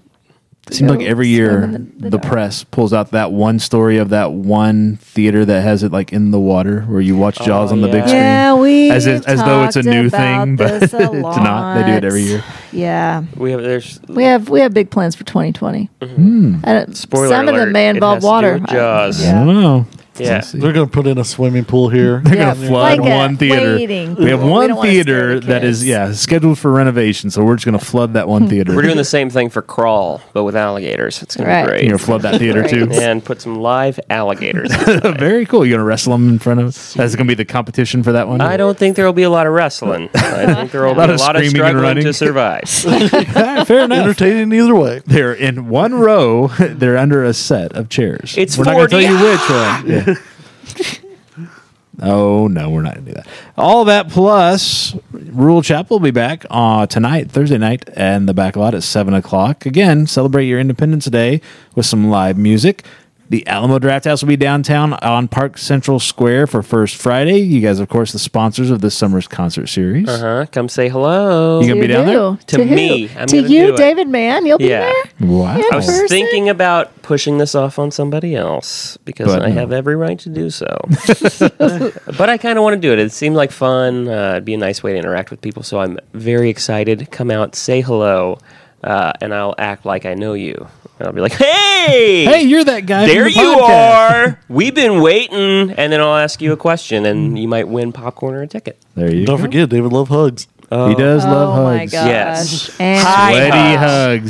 Speaker 1: Seems like
Speaker 2: Go
Speaker 1: every
Speaker 2: swim
Speaker 1: year
Speaker 2: in
Speaker 1: the,
Speaker 2: the- the dark.
Speaker 1: press pulls out that one story of that one theater that has it like in the water where you watch Jaws
Speaker 3: Oh,
Speaker 1: on the big
Speaker 3: yeah.
Speaker 1: screen.
Speaker 2: Yeah, we
Speaker 1: as if, as though it's a new thing, but it's not. They do it every year.
Speaker 2: Yeah,
Speaker 3: We have there's
Speaker 2: we have we have big plans for 2020. I don't-
Speaker 3: Spoiler
Speaker 2: uh, some of them
Speaker 3: alert,
Speaker 2: may
Speaker 3: it
Speaker 2: involve
Speaker 3: has to do
Speaker 2: water.
Speaker 3: with Jaws.
Speaker 1: I
Speaker 2: Yeah.
Speaker 1: don't know.
Speaker 3: Yeah.
Speaker 1: Let's see.
Speaker 4: They're going to put in a swimming pool here.
Speaker 1: They're
Speaker 2: Yeah.
Speaker 1: gonna flood
Speaker 2: Like a
Speaker 1: one theater.
Speaker 2: waiting
Speaker 1: We have
Speaker 2: pool. We
Speaker 1: one
Speaker 2: don't wanna scare
Speaker 1: theater
Speaker 2: the
Speaker 1: that is
Speaker 2: kids.
Speaker 1: yeah scheduled for renovation, so we're just gonna flood that one theater.
Speaker 3: We're doing the same thing for Crawl, but with alligators. It's gonna
Speaker 2: Right.
Speaker 3: be
Speaker 1: You're
Speaker 3: great.
Speaker 1: gonna flood that theater too.
Speaker 3: And put some live alligators.
Speaker 1: Very cool. You're gonna wrestle them in front of. That's gonna be the competition for that one.
Speaker 3: I don't think there will be a lot of wrestling. I think there will
Speaker 1: lot
Speaker 3: be a
Speaker 1: of
Speaker 3: lot of
Speaker 1: screaming and
Speaker 3: struggling
Speaker 1: running.
Speaker 3: to survive.
Speaker 1: Alright, fair enough.
Speaker 4: Entertaining either way.
Speaker 1: They're in one row. They're under a set of chairs.
Speaker 3: It's
Speaker 1: we're not
Speaker 3: 40.
Speaker 1: gonna tell you which one. Yeah. oh no, we're not gonna do that. All that plus, Rule Chapel will be back uh, tonight, Thursday night, and the back lot at seven o'clock. Again, celebrate your Independence Day with some live music. The Alamo Draft House will be downtown on Park Central Square for First Friday. You guys, of course, the sponsors of this summer's concert series.
Speaker 4: Uh-huh.
Speaker 3: Uh huh. Come say hello.
Speaker 1: You gonna be
Speaker 2: To
Speaker 1: down there?
Speaker 2: who?
Speaker 3: To
Speaker 2: who?
Speaker 3: me. I'm
Speaker 2: to
Speaker 3: gonna do
Speaker 2: you,
Speaker 3: it.
Speaker 2: David Mann. You'll be
Speaker 3: Yeah.
Speaker 2: there.
Speaker 1: Wow!
Speaker 2: Yeah,
Speaker 3: I was
Speaker 2: Person?
Speaker 3: thinking about pushing this off on somebody else because
Speaker 1: But
Speaker 3: I
Speaker 1: no.
Speaker 3: have every right to do so. but I kind of want to do it. It seemed like fun. Uh, it'd be a nice way to interact with people. So I'm very excited. Come out, say hello, uh, and I'll act like I know you. And I'll be like, hey!
Speaker 1: Hey, you're that guy. from
Speaker 3: There
Speaker 1: the
Speaker 3: you
Speaker 1: podcast.
Speaker 3: are. We've been waiting. And then I'll ask you a question, and you might win popcorn or a ticket.
Speaker 1: There you
Speaker 4: Don't
Speaker 1: go. Uh,
Speaker 4: forget, David love hugs.
Speaker 1: He does love
Speaker 2: oh
Speaker 1: hugs.
Speaker 2: my gosh!
Speaker 3: Yes.
Speaker 2: And
Speaker 3: Hi.
Speaker 1: Sweaty
Speaker 3: hugs.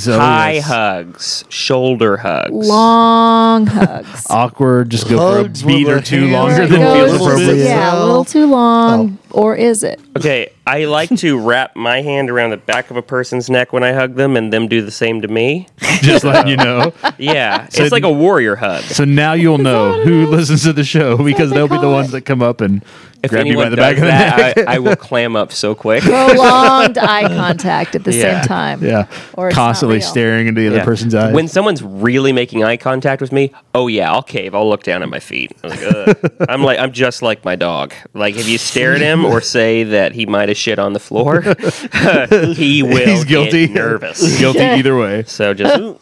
Speaker 1: hugs. Oh,
Speaker 3: High
Speaker 1: yes.
Speaker 3: Uh, hugs, shoulder hugs.
Speaker 2: long hugs.
Speaker 1: Awkward. Just go
Speaker 4: Hugs
Speaker 1: for a beat
Speaker 4: with
Speaker 1: or
Speaker 4: the
Speaker 1: two
Speaker 4: hands.
Speaker 1: longer
Speaker 2: Or it
Speaker 1: than
Speaker 4: Goes-
Speaker 1: feels
Speaker 2: goes-
Speaker 1: appropriate. Oh.
Speaker 2: Yeah, a little too long, or is it?
Speaker 3: Okay, I like to wrap my hand around the back of a person's neck when I hug them and them do the same to me.
Speaker 1: Just letting you know.
Speaker 3: Yeah, it's like a warrior hug.
Speaker 1: So now you'll know who listens to the show because
Speaker 2: they
Speaker 1: they'll be the
Speaker 2: call it.
Speaker 1: ones that come up and
Speaker 3: If
Speaker 1: grab you
Speaker 3: anyone
Speaker 1: by the
Speaker 3: does
Speaker 1: back of the
Speaker 3: that,
Speaker 1: neck.
Speaker 3: I, I will clam up so quick.
Speaker 2: Prolonged eye contact at the
Speaker 3: Yeah.
Speaker 2: same time.
Speaker 1: Yeah.
Speaker 2: Or it's not
Speaker 1: Constantly
Speaker 2: real.
Speaker 1: staring into the other
Speaker 3: Yeah.
Speaker 1: person's eyes.
Speaker 3: When someone's really making eye contact with me, oh yeah, I'll cave. I'll look down at my feet. I'm like, Ugh. I'm, like I'm just like my dog. Like if you stare at him, him or say that he might have shit on the floor, he will
Speaker 1: He's guilty.
Speaker 3: get nervous.
Speaker 1: Guilty either way.
Speaker 3: So just ooh,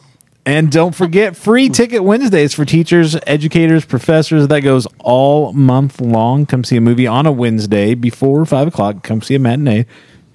Speaker 1: And don't forget free ticket Wednesdays for teachers, educators, professors. That goes all month long. Come see a movie on a Wednesday before five o'clock. Come see a matinee,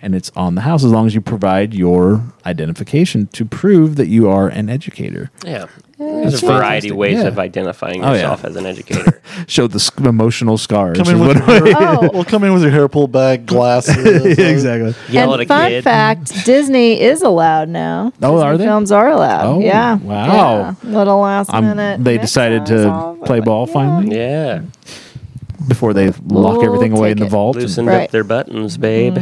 Speaker 1: and it's on the house as long as you provide your identification to prove that you are an educator.
Speaker 3: yeah. There's a
Speaker 1: fantastic.
Speaker 3: variety of ways
Speaker 1: Yeah.
Speaker 3: of identifying
Speaker 1: Oh, yeah.
Speaker 3: yourself as an educator.
Speaker 1: Show the sc- emotional scars.
Speaker 4: Come
Speaker 1: is
Speaker 4: in with
Speaker 1: what-
Speaker 4: your hair,
Speaker 2: Oh.
Speaker 4: well, come in with your hair pulled back, glasses.
Speaker 1: Yeah, exactly.
Speaker 3: Yell
Speaker 2: and
Speaker 3: at a
Speaker 2: fun
Speaker 3: kid.
Speaker 2: fact: Disney is allowed now.
Speaker 1: Oh,
Speaker 2: Disney
Speaker 1: are they?
Speaker 2: Films are allowed.
Speaker 1: Oh,
Speaker 2: yeah.
Speaker 1: wow.
Speaker 2: Yeah. Little last
Speaker 1: Um,
Speaker 2: minute.
Speaker 1: they
Speaker 2: mix-ups
Speaker 1: decided to
Speaker 2: all-
Speaker 1: play ball finally
Speaker 3: Yeah.
Speaker 1: before they lock
Speaker 2: Little
Speaker 1: everything away in the
Speaker 2: ticket.
Speaker 1: vault. and-
Speaker 3: Loosened up
Speaker 2: Right. Mm-hmm.
Speaker 3: their buttons, babe.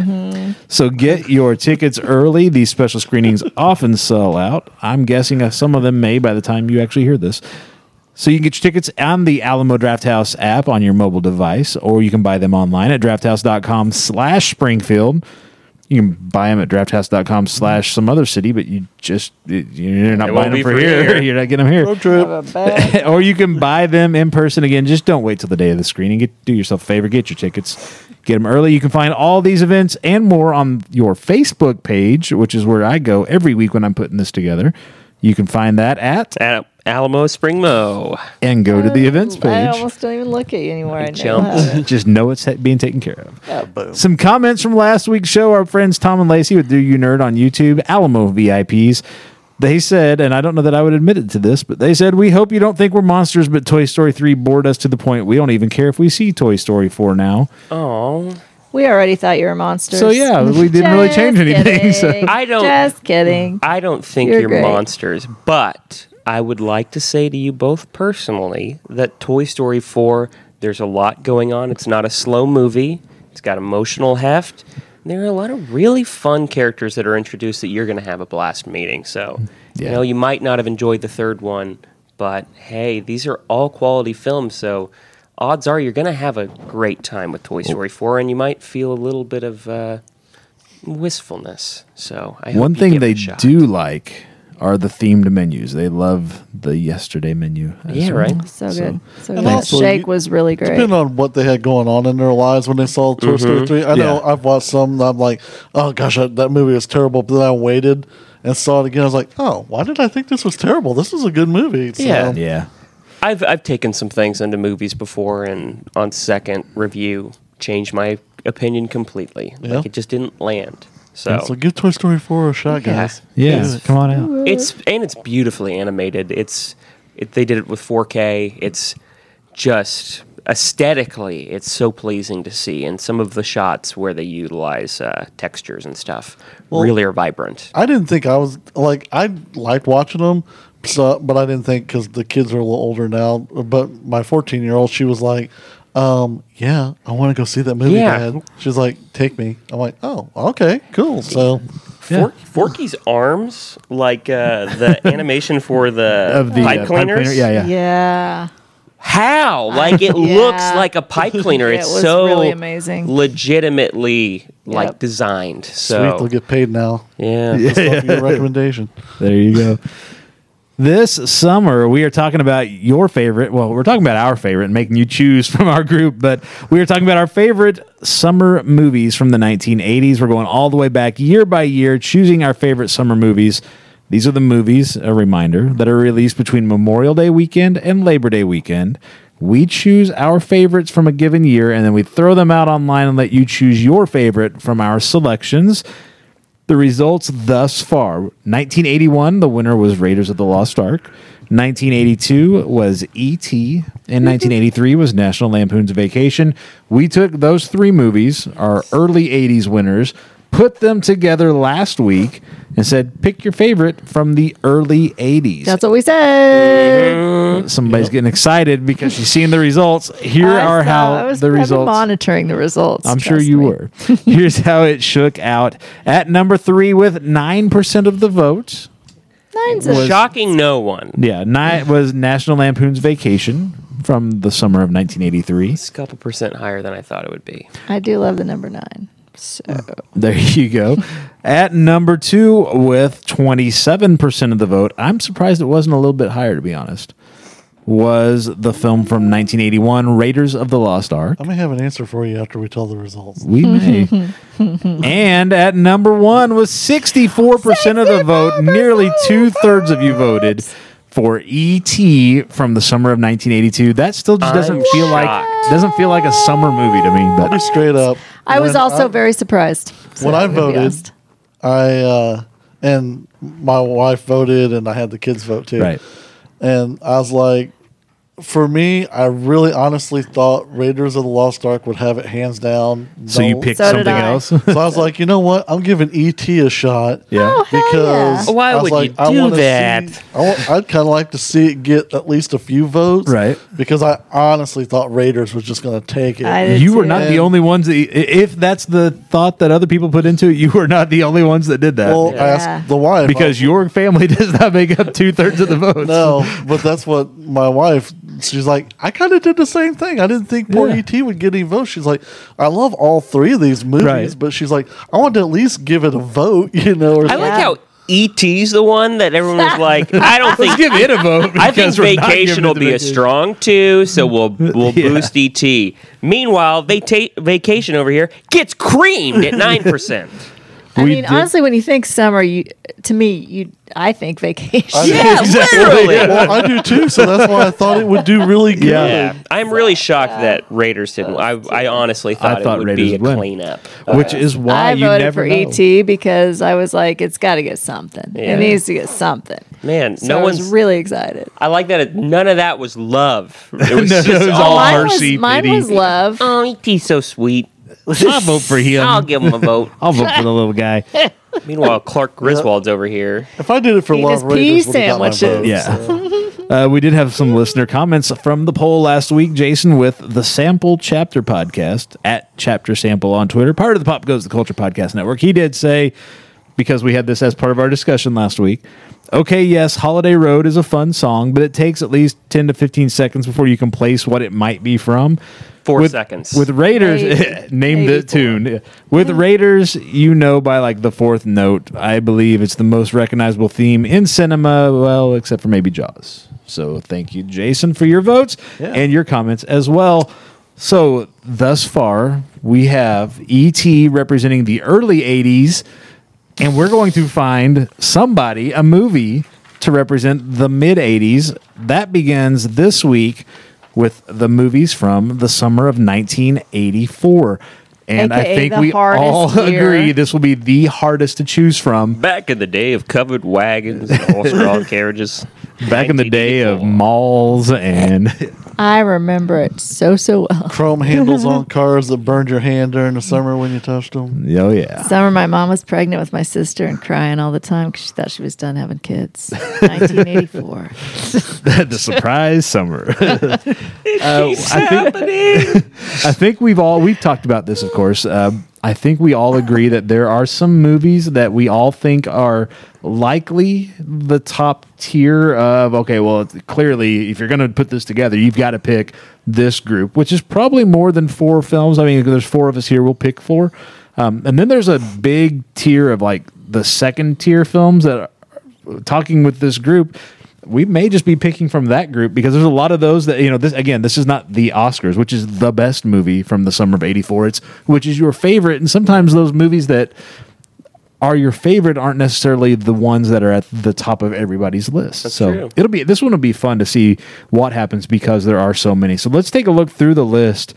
Speaker 1: So get your tickets early. These special screenings often sell out. I'm guessing uh, some of them may by the time you actually hear this. So you can get your tickets on the Alamo Drafthouse app on your mobile device, or you can buy them online at drafthouse.com slash Springfield. You can buy them at drafthouse.com slash some other city, but you just, you're not
Speaker 3: It won't
Speaker 1: buying
Speaker 3: be
Speaker 1: them for
Speaker 3: for
Speaker 1: here.
Speaker 3: here.
Speaker 1: You're not getting them here
Speaker 4: Road trip.
Speaker 2: Have a bag.
Speaker 1: or you can buy them in person again. Just don't wait till the day of the screening. Get, do yourself a favor, get your tickets, get them early. You can find all these events and more on your Facebook page, which is where I go every week when I'm putting this together. You can find that at
Speaker 3: At Alamo Springmo.
Speaker 1: and go to the events
Speaker 2: I
Speaker 1: page.
Speaker 2: almost don't even look at you anymore. I know
Speaker 3: jumped.
Speaker 2: that.
Speaker 1: Just know it's ha- being taken care of.
Speaker 4: Boom.
Speaker 1: Some comments from last week's show. Our friends Tom and Lacey with Do You Nerd on YouTube, Alamo VIPs. They said, and I don't know that I would admit it to this, but they said, We hope you don't think we're monsters, but Toy Story 3 bored us to the point we don't even care if we see Toy Story 4 now.
Speaker 3: Oh.
Speaker 2: We already thought you were monsters.
Speaker 1: So, yeah, we didn't really
Speaker 2: Just
Speaker 1: change anything, so-
Speaker 2: kidding.
Speaker 3: I don't-
Speaker 2: Just kidding.
Speaker 3: I don't think you're,
Speaker 2: You're great.
Speaker 3: monsters, but I would like to say to you both personally that Toy Story 4, there's a lot going on. It's not a slow movie, it's got emotional heft. and There are a lot of really fun characters that are introduced that you're going to have a blast meeting. So,
Speaker 1: Yeah.
Speaker 3: you know, you might not have enjoyed the third one, but hey, these are all quality films. So, odds are you're going to have a great time with
Speaker 1: Oh.
Speaker 3: Toy Story 4, and you might feel a little bit of uh, wistfulness. So, I hope
Speaker 1: One
Speaker 3: you
Speaker 1: thing
Speaker 3: give it
Speaker 1: they
Speaker 3: a shot.
Speaker 1: do like are the themed menus. They love the yesterday menu. as
Speaker 3: Yeah,
Speaker 1: well.
Speaker 3: right.
Speaker 2: So good. So
Speaker 4: And
Speaker 2: good.
Speaker 4: also,
Speaker 2: Shake
Speaker 4: you-
Speaker 2: was really great.
Speaker 4: Depending on what they had going on in their lives when they saw Toy Story 3. I know
Speaker 1: Mm-hmm. Yeah.
Speaker 4: I've watched some that I'm like, oh gosh, that, that movie was terrible. But then I waited and saw it again. I was like, oh, why did I think this was terrible? This was a good movie. So,
Speaker 3: Yeah.
Speaker 1: Yeah.
Speaker 3: I've I've taken some things into movies before, and on second review, changed my opinion completely.
Speaker 4: Yeah.
Speaker 3: Like it just didn't land. So
Speaker 4: So give Toy Story 4 a shot,
Speaker 3: Yeah.
Speaker 4: guys.
Speaker 1: Yeah. Come on out.
Speaker 3: it's and it's beautifully animated. It's it, they did it with 4K. It's just aesthetically, it's so pleasing to see, and some of the shots where they utilize uh, textures and stuff really are vibrant.
Speaker 4: I didn't think I was like I liked watching them, so, but I didn't think because the kids are a little older now. But my 14 year old, she was like, um, "Yeah, I want to go see that movie,
Speaker 3: Yeah.
Speaker 4: Dad." She's like, "Take me." I'm like, "Oh, okay, cool." So
Speaker 1: Yeah.
Speaker 3: Fork, Forky's arms, like uh, the animation for the,
Speaker 1: Of the uh,
Speaker 3: pipe
Speaker 1: pipe
Speaker 3: cleaners,
Speaker 1: cleaner. Yeah, yeah.
Speaker 2: yeah.
Speaker 3: How? Like it
Speaker 2: Yeah.
Speaker 3: looks like a pipe cleaner.
Speaker 2: It
Speaker 3: It's
Speaker 2: was
Speaker 3: so
Speaker 2: really amazing.
Speaker 3: legitimately like
Speaker 2: Yep.
Speaker 3: designed.
Speaker 4: sweet,
Speaker 3: So
Speaker 4: they'll get paid now.
Speaker 3: yeah.
Speaker 4: Just off your recommendation.
Speaker 1: There you go. This summer, we are talking about your favorite. Well, we're talking about our favorite and making you choose from our group, but we are talking about our favorite summer movies from the 1980s. We're going all the way back year by year, choosing our favorite summer movies. These are the movies, a reminder, that are released between Memorial Day weekend and Labor Day weekend. We choose our favorites from a given year, and then we throw them out online and let you choose your favorite from our selections. The results thus far 1981, the winner was Raiders of the Lost Ark. 1982 was E E.T. and 1983 was National Lampoon's Vacation. We took those three movies, our early 80s winners, put them together last week and said, pick your favorite from the early 80s.
Speaker 2: That's what we
Speaker 3: Mm-hmm.
Speaker 2: said.
Speaker 1: Somebody's getting excited because she's seeing the results. Here
Speaker 2: I
Speaker 1: are
Speaker 2: saw- I
Speaker 1: how
Speaker 2: was
Speaker 1: the
Speaker 2: probably
Speaker 1: results.
Speaker 2: monitoring the results.
Speaker 1: I'm sure
Speaker 2: trust
Speaker 1: you
Speaker 2: me.
Speaker 1: were. Here's how it shook out. At number three, with 9% of the vote,
Speaker 2: Nine's a
Speaker 1: Was-
Speaker 3: Shocking no one.
Speaker 1: yeah, ni- was National Lampoon's Vacation from the summer of 1983.
Speaker 3: It's a couple percent higher than I thought it would be.
Speaker 2: I do love the number nine. So
Speaker 1: There you go. At number two, with 27% of the vote, I'm surprised it wasn't a little bit higher, to be honest. was the film from 1981, Raiders of the Lost Ark.
Speaker 4: I may have an answer for you after we tell the results.
Speaker 1: We may. and at number one was 64% of the vote. Nearly two thirds of you voted for E.T. from the summer of 1982. That still just doesn't
Speaker 3: I'm
Speaker 1: feel like
Speaker 3: shocked.
Speaker 1: doesn't feel like a summer movie to me.
Speaker 4: I'll be
Speaker 1: But
Speaker 4: straight up.
Speaker 2: I was
Speaker 4: when
Speaker 2: also
Speaker 4: I-
Speaker 2: very surprised. so
Speaker 4: when I
Speaker 2: I'm gonna be
Speaker 4: voted,
Speaker 2: honest.
Speaker 4: I uh, and my wife voted, and I had the kids vote too.
Speaker 1: right,
Speaker 4: And I was like, for me, I really honestly thought Raiders of the Lost Ark would have it hands down.
Speaker 1: so you
Speaker 4: No-
Speaker 1: picked
Speaker 2: So did
Speaker 1: something
Speaker 2: I.
Speaker 1: else.
Speaker 4: So I Oh, was like, you know what? I'm giving ET a shot.
Speaker 1: yeah.
Speaker 2: Oh, hell
Speaker 4: Because
Speaker 2: yeah.
Speaker 3: Why
Speaker 4: I was
Speaker 3: would
Speaker 4: like,
Speaker 3: you
Speaker 4: I
Speaker 3: do
Speaker 4: wanna
Speaker 3: that?
Speaker 4: See, I want, I'd kind of like to see it get at least a few votes,
Speaker 1: Right.
Speaker 4: Because I honestly thought Raiders was just going to take it.
Speaker 2: I did
Speaker 1: You
Speaker 2: too.
Speaker 1: were not the
Speaker 4: And-
Speaker 1: only ones. That, i- if that's the thought that other people put into it, you were not the only ones that did that.
Speaker 4: well, I
Speaker 2: Yeah.
Speaker 4: asked the wife
Speaker 1: because your family does not make up two thirds of the votes.
Speaker 4: No, but that's what my wife. She's like, I kind of did the same thing. I didn't think poor
Speaker 1: Yeah.
Speaker 4: ET would get any votes. She's like, I love all three of these movies,
Speaker 1: Right.
Speaker 4: but she's like, I want to at least give it a vote, you know? Or
Speaker 3: I
Speaker 4: something.
Speaker 3: like how ET's the one that everyone was like, I don't think.
Speaker 1: Let's give it a vote.
Speaker 3: I think
Speaker 1: because we're not
Speaker 3: vacation
Speaker 1: giving it
Speaker 3: will
Speaker 1: to
Speaker 3: be a
Speaker 1: vacation.
Speaker 3: strong two, so we'll we'll
Speaker 1: Yeah.
Speaker 3: boost ET. Meanwhile, they take vacation over here gets creamed at nine percent.
Speaker 2: I
Speaker 1: We
Speaker 2: mean,
Speaker 1: did-
Speaker 2: honestly, when you think summer, you to me, you I think vacation.
Speaker 3: Yeah, literally.
Speaker 4: Well, I do too, so that's why I thought it would do really good.
Speaker 3: Yeah, I'm really shocked that Raiders didn't. I, I honestly thought,
Speaker 1: thought
Speaker 3: it would
Speaker 1: Raiders
Speaker 3: be a
Speaker 1: would win.
Speaker 3: cleanup.
Speaker 1: Which is why
Speaker 2: I
Speaker 1: you
Speaker 2: voted
Speaker 1: never
Speaker 2: for E
Speaker 1: know.
Speaker 2: ET because I was like, it's got to get something.
Speaker 3: Yeah.
Speaker 2: It needs to get something.
Speaker 3: Man,
Speaker 2: So
Speaker 3: no
Speaker 2: I was
Speaker 3: one's.
Speaker 2: really excited.
Speaker 3: I like that. It, none of that was love. It was
Speaker 1: No,
Speaker 3: just
Speaker 1: it was
Speaker 3: all.
Speaker 1: all-
Speaker 2: mine
Speaker 1: mercy,
Speaker 2: was, mine
Speaker 1: pity.
Speaker 2: was love.
Speaker 3: Oh, ET's so sweet.
Speaker 1: I'll vote for him.
Speaker 3: I'll give him a vote.
Speaker 1: I'll vote for the little guy.
Speaker 3: Meanwhile, Clark Griswold's over here.
Speaker 4: If I did it for
Speaker 2: Eat
Speaker 4: Love
Speaker 2: his
Speaker 4: Raiders,
Speaker 2: pea
Speaker 4: would have got my
Speaker 2: sandwiches.
Speaker 4: vote.
Speaker 1: Yeah. Uh, we did have some listener comments from the poll last week, Jason, with the Sample Chapter podcast at Chapter Sample on Twitter, part of the Pop Goes the Culture Podcast Network. He did say, because we had this as part of our discussion last week, okay, yes, Holiday Road is a fun song, but it takes at least 10 to 15 seconds before you can place what it might be from.
Speaker 3: Four
Speaker 1: With-
Speaker 3: seconds.
Speaker 1: With Raiders,
Speaker 2: Maybe.
Speaker 1: name
Speaker 2: Maybe
Speaker 1: the
Speaker 2: four.
Speaker 1: tune. With Raiders, you know by like the fourth note. I believe it's the most recognizable theme in cinema, well, except for maybe Jaws. So thank you, Jason, for your votes
Speaker 4: Yeah.
Speaker 1: and your comments as well. So thus far, we have E.T. representing the early 80s, and we're going to find somebody, a movie, to represent the mid 80s. That begins this week with the movies from the summer of 1984. And I
Speaker 2: AKA
Speaker 1: think
Speaker 2: the
Speaker 1: we
Speaker 2: hardest
Speaker 1: all
Speaker 2: year.
Speaker 1: agree this will be the hardest to choose from
Speaker 3: Back in the day of covered wagons and all straw carriages.
Speaker 1: back in the day of
Speaker 3: 1984.
Speaker 1: malls and
Speaker 2: I remember it so so well.
Speaker 4: Chrome handles on cars that burned your hand during the summer when you touched them.
Speaker 1: oh yeah.
Speaker 2: Summer, my mom was pregnant with my sister and crying all the time because she thought she was done having kids. 1984.
Speaker 1: the surprise summer. Uh, I think I think we've all we've talked about this, of course. Um, I think we all agree that there are some movies that we all think are likely the top tier of. Okay, well, it's- clearly, if you're going to put this together, you've got to pick this group, which is probably more than four films. I mean, there's four of us here. We'll pick four, um, and then there's a big tier of like the second tier films that talking with this group we may just be picking from that group because there's a lot of those that you know this again this is not the oscars which is the best movie from the summer of 84 it's which is your favorite and sometimes those movies that are your favorite aren't necessarily the ones that are at the top of everybody's list so
Speaker 3: true.
Speaker 1: it'll be this one will be fun to see what happens because there are so many so let's take a look through the list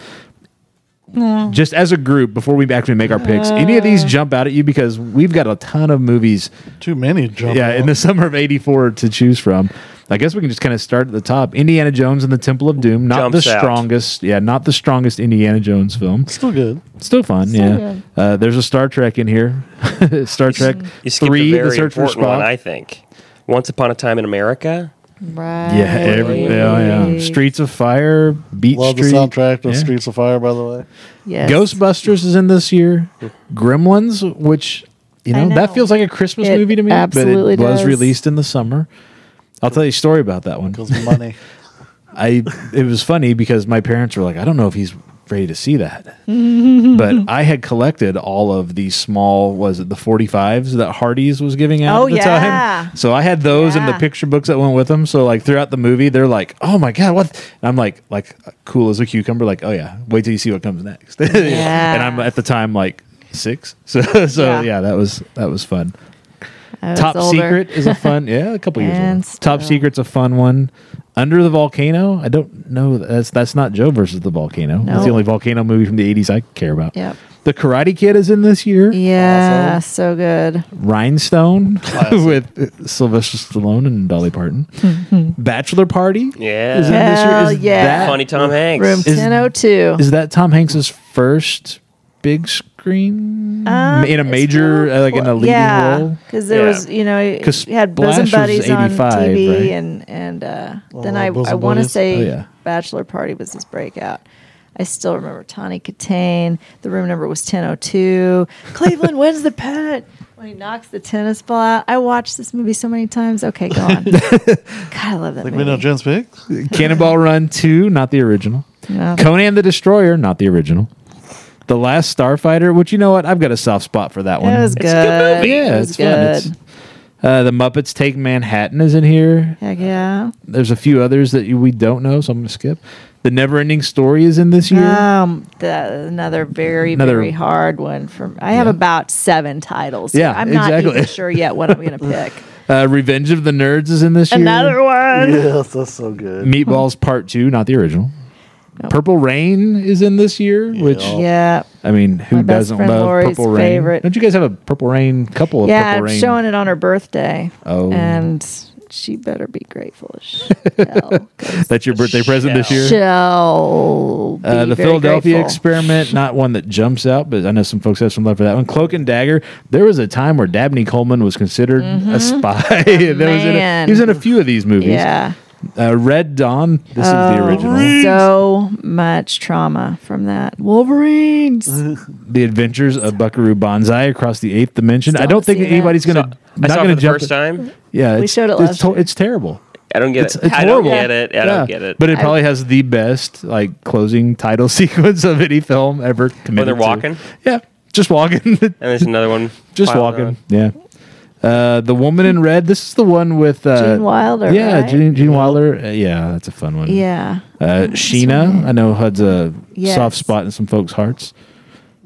Speaker 1: just as a group before we actually make our picks any of these jump out at you because we've got a ton of movies
Speaker 4: Too many jump.
Speaker 1: yeah,
Speaker 4: out.
Speaker 1: in the summer of '84 to choose from. I guess we can just kind of start at the top. Indiana Jones and the Temple of Doom, not
Speaker 3: Jumps
Speaker 1: the
Speaker 3: out.
Speaker 1: strongest. Yeah, not the strongest Indiana Jones film.
Speaker 4: still good.
Speaker 1: Still fun. yeah,
Speaker 2: good.
Speaker 1: uh, there's a Star Trek in here. Star Trek
Speaker 3: You skipped
Speaker 1: Three,
Speaker 3: a very
Speaker 1: The Search for
Speaker 3: important one,
Speaker 1: Spock.
Speaker 3: I think. Once Upon a Time in America.
Speaker 2: Right.
Speaker 1: yeah, every, yeah, yeah. Streets of Fire, Beach
Speaker 4: Love
Speaker 1: Street.
Speaker 4: the soundtrack to
Speaker 1: Yeah.
Speaker 4: Streets of Fire, by the way.
Speaker 2: Yes.
Speaker 1: Ghostbusters is in this year. Gremlins, which you
Speaker 2: I
Speaker 1: know, that
Speaker 2: know.
Speaker 1: feels like a Christmas
Speaker 2: It
Speaker 1: movie to me,
Speaker 2: absolutely
Speaker 1: but it was
Speaker 2: does.
Speaker 1: released in the summer. I'll tell you a story about that one.
Speaker 4: Because money.
Speaker 1: I it was funny because my parents were like, I don't know if he's ready to see that. but I had collected all of these small, was it the 45s that Hardee's was giving out
Speaker 2: Oh,
Speaker 1: at the
Speaker 2: yeah.
Speaker 1: time? So I had those and the
Speaker 2: Yeah.
Speaker 1: picture books that went with them. So like throughout the movie, they're like, "Oh my god, what?" And I'm like, like cool as a cucumber. Like, oh yeah, wait till you see what comes next.
Speaker 2: Yeah.
Speaker 1: And I'm at the time like six. So so
Speaker 2: Yeah.
Speaker 1: yeah, that was that was fun.
Speaker 2: I was
Speaker 1: Top
Speaker 2: older.
Speaker 1: Secret is a fun, yeah, a couple years
Speaker 2: And
Speaker 1: old. Top
Speaker 2: still.
Speaker 1: Secret's a fun one. Under the Volcano, I don't know. That's that's not Joe versus the Volcano. That's
Speaker 2: Nope.
Speaker 1: the only volcano movie from the 80s I care about.
Speaker 2: Yep.
Speaker 1: The Karate Kid is in this year.
Speaker 2: Yeah, so good.
Speaker 1: Rhinestone with Sylvester Stallone and Dolly Parton. Bachelor Party.
Speaker 3: Yeah.
Speaker 1: Is in this year.
Speaker 2: Hell
Speaker 1: Is
Speaker 2: yeah.
Speaker 1: That,
Speaker 3: Funny Tom Hanks.
Speaker 2: Room
Speaker 1: Is-
Speaker 2: 1002.
Speaker 1: Is that Tom Hanks's first big screen
Speaker 2: Um,
Speaker 1: in a
Speaker 2: it's
Speaker 1: major,
Speaker 2: kinda
Speaker 1: uh, like in a
Speaker 2: cool.
Speaker 1: leading
Speaker 2: yeah,
Speaker 1: role?
Speaker 2: because there
Speaker 3: Yeah.
Speaker 2: was, you know, he
Speaker 1: 'Cause
Speaker 2: he had bosom
Speaker 1: Splash was
Speaker 2: buddies on
Speaker 1: 85,
Speaker 2: TV,
Speaker 1: right?
Speaker 2: and and uh, then
Speaker 4: Oh,
Speaker 2: I I
Speaker 4: Bosom
Speaker 2: want to
Speaker 4: Buddies?
Speaker 2: say
Speaker 1: Oh, yeah.
Speaker 2: Bachelor Party was his breakout. I still remember Tawny Katane. The room number was ten oh two. Cleveland wins the pennant when he knocks the tennis ball out. I watched this movie so many times. Okay, go on. God, I love that
Speaker 4: Like we
Speaker 2: movie.
Speaker 4: know Jen's pick.
Speaker 1: Cannonball Run 2, not the original.
Speaker 2: No.
Speaker 1: Conan the Destroyer, not the original. The Last Starfighter, which you know what? I've got a soft spot for that one.
Speaker 2: It was good.
Speaker 3: It's a good movie.
Speaker 1: yeah,
Speaker 2: it was
Speaker 1: it's fun. It's-
Speaker 2: good.
Speaker 1: uh, the Muppets Take Manhattan is in here.
Speaker 2: Heck yeah.
Speaker 1: There's a few others that you, we don't know, so I'm going to skip. The Never Ending Story is in this year.
Speaker 2: Um, the, another very
Speaker 1: Another-
Speaker 2: very hard one from. I have
Speaker 1: Yeah.
Speaker 2: about seven titles.
Speaker 1: Yeah,
Speaker 2: here. I'm not
Speaker 1: exactly.
Speaker 2: even sure yet what I'm going to pick.
Speaker 1: Uh, Revenge of the Nerds is in this year.
Speaker 2: another one.
Speaker 4: Yes, that's so good.
Speaker 1: Meatballs Part 2, not the original. Purple Rain is in this year, which
Speaker 2: Yeah,
Speaker 1: I mean, who
Speaker 2: My best
Speaker 1: doesn't
Speaker 2: friend
Speaker 1: love
Speaker 2: Lori's
Speaker 1: Purple Rain?
Speaker 2: favorite.
Speaker 1: Don't you guys have a Purple Rain couple of
Speaker 2: yeah.
Speaker 1: Purple
Speaker 2: I'm
Speaker 1: Rain?
Speaker 2: showing it on her birthday.
Speaker 1: Oh.
Speaker 2: and she better be grateful. as Shell, 'cause
Speaker 1: That's your birthday present this year.
Speaker 2: shell. Be
Speaker 1: Uh, the
Speaker 2: very
Speaker 1: Philadelphia
Speaker 2: grateful.
Speaker 1: experiment, not one that jumps out, but I know some folks have some love for that one. Cloak and Dagger. There was a time where Dabney Coleman was considered a spy. there was in a,
Speaker 2: Mm-hmm. man.
Speaker 1: he was in a few of these movies.
Speaker 2: Yeah. Oh.
Speaker 1: Uh, Red Dawn. This is the original.
Speaker 2: So much trauma from that. Wolverines.
Speaker 1: Uh, The Adventures of Buckaroo Banzai across the eighth dimension.
Speaker 2: Still
Speaker 1: I don't
Speaker 2: haven't
Speaker 1: think
Speaker 2: seen that.
Speaker 1: anybody's
Speaker 3: So,
Speaker 1: going to.
Speaker 3: I
Speaker 1: Not
Speaker 3: saw it
Speaker 1: going
Speaker 3: for
Speaker 1: to
Speaker 3: the
Speaker 1: jump.
Speaker 3: first time.
Speaker 1: Yeah, it's,
Speaker 2: showed it
Speaker 1: it's,
Speaker 2: last
Speaker 1: to-
Speaker 2: year.
Speaker 1: it's terrible.
Speaker 3: I don't get
Speaker 1: It's,
Speaker 3: it.
Speaker 1: it's
Speaker 3: I
Speaker 1: horrible.
Speaker 3: don't get it. I
Speaker 1: Yeah.
Speaker 3: don't get it.
Speaker 1: But it probably has the best like closing title sequence of any film ever committed.
Speaker 3: they're
Speaker 1: to.
Speaker 3: walking?
Speaker 1: Yeah, just walking,
Speaker 3: and there's another one.
Speaker 1: just
Speaker 3: piled
Speaker 1: walking.
Speaker 3: on.
Speaker 1: Yeah. Uh, the woman in red. This is the one with uh,
Speaker 2: Gene Wilder,
Speaker 1: Yeah,
Speaker 2: right?
Speaker 1: Gene, Gene Wilder. Uh, yeah, that's a fun one.
Speaker 2: Yeah.
Speaker 1: Uh, Sheena. I know Hud's a
Speaker 2: Yes.
Speaker 1: soft spot in some folks' hearts.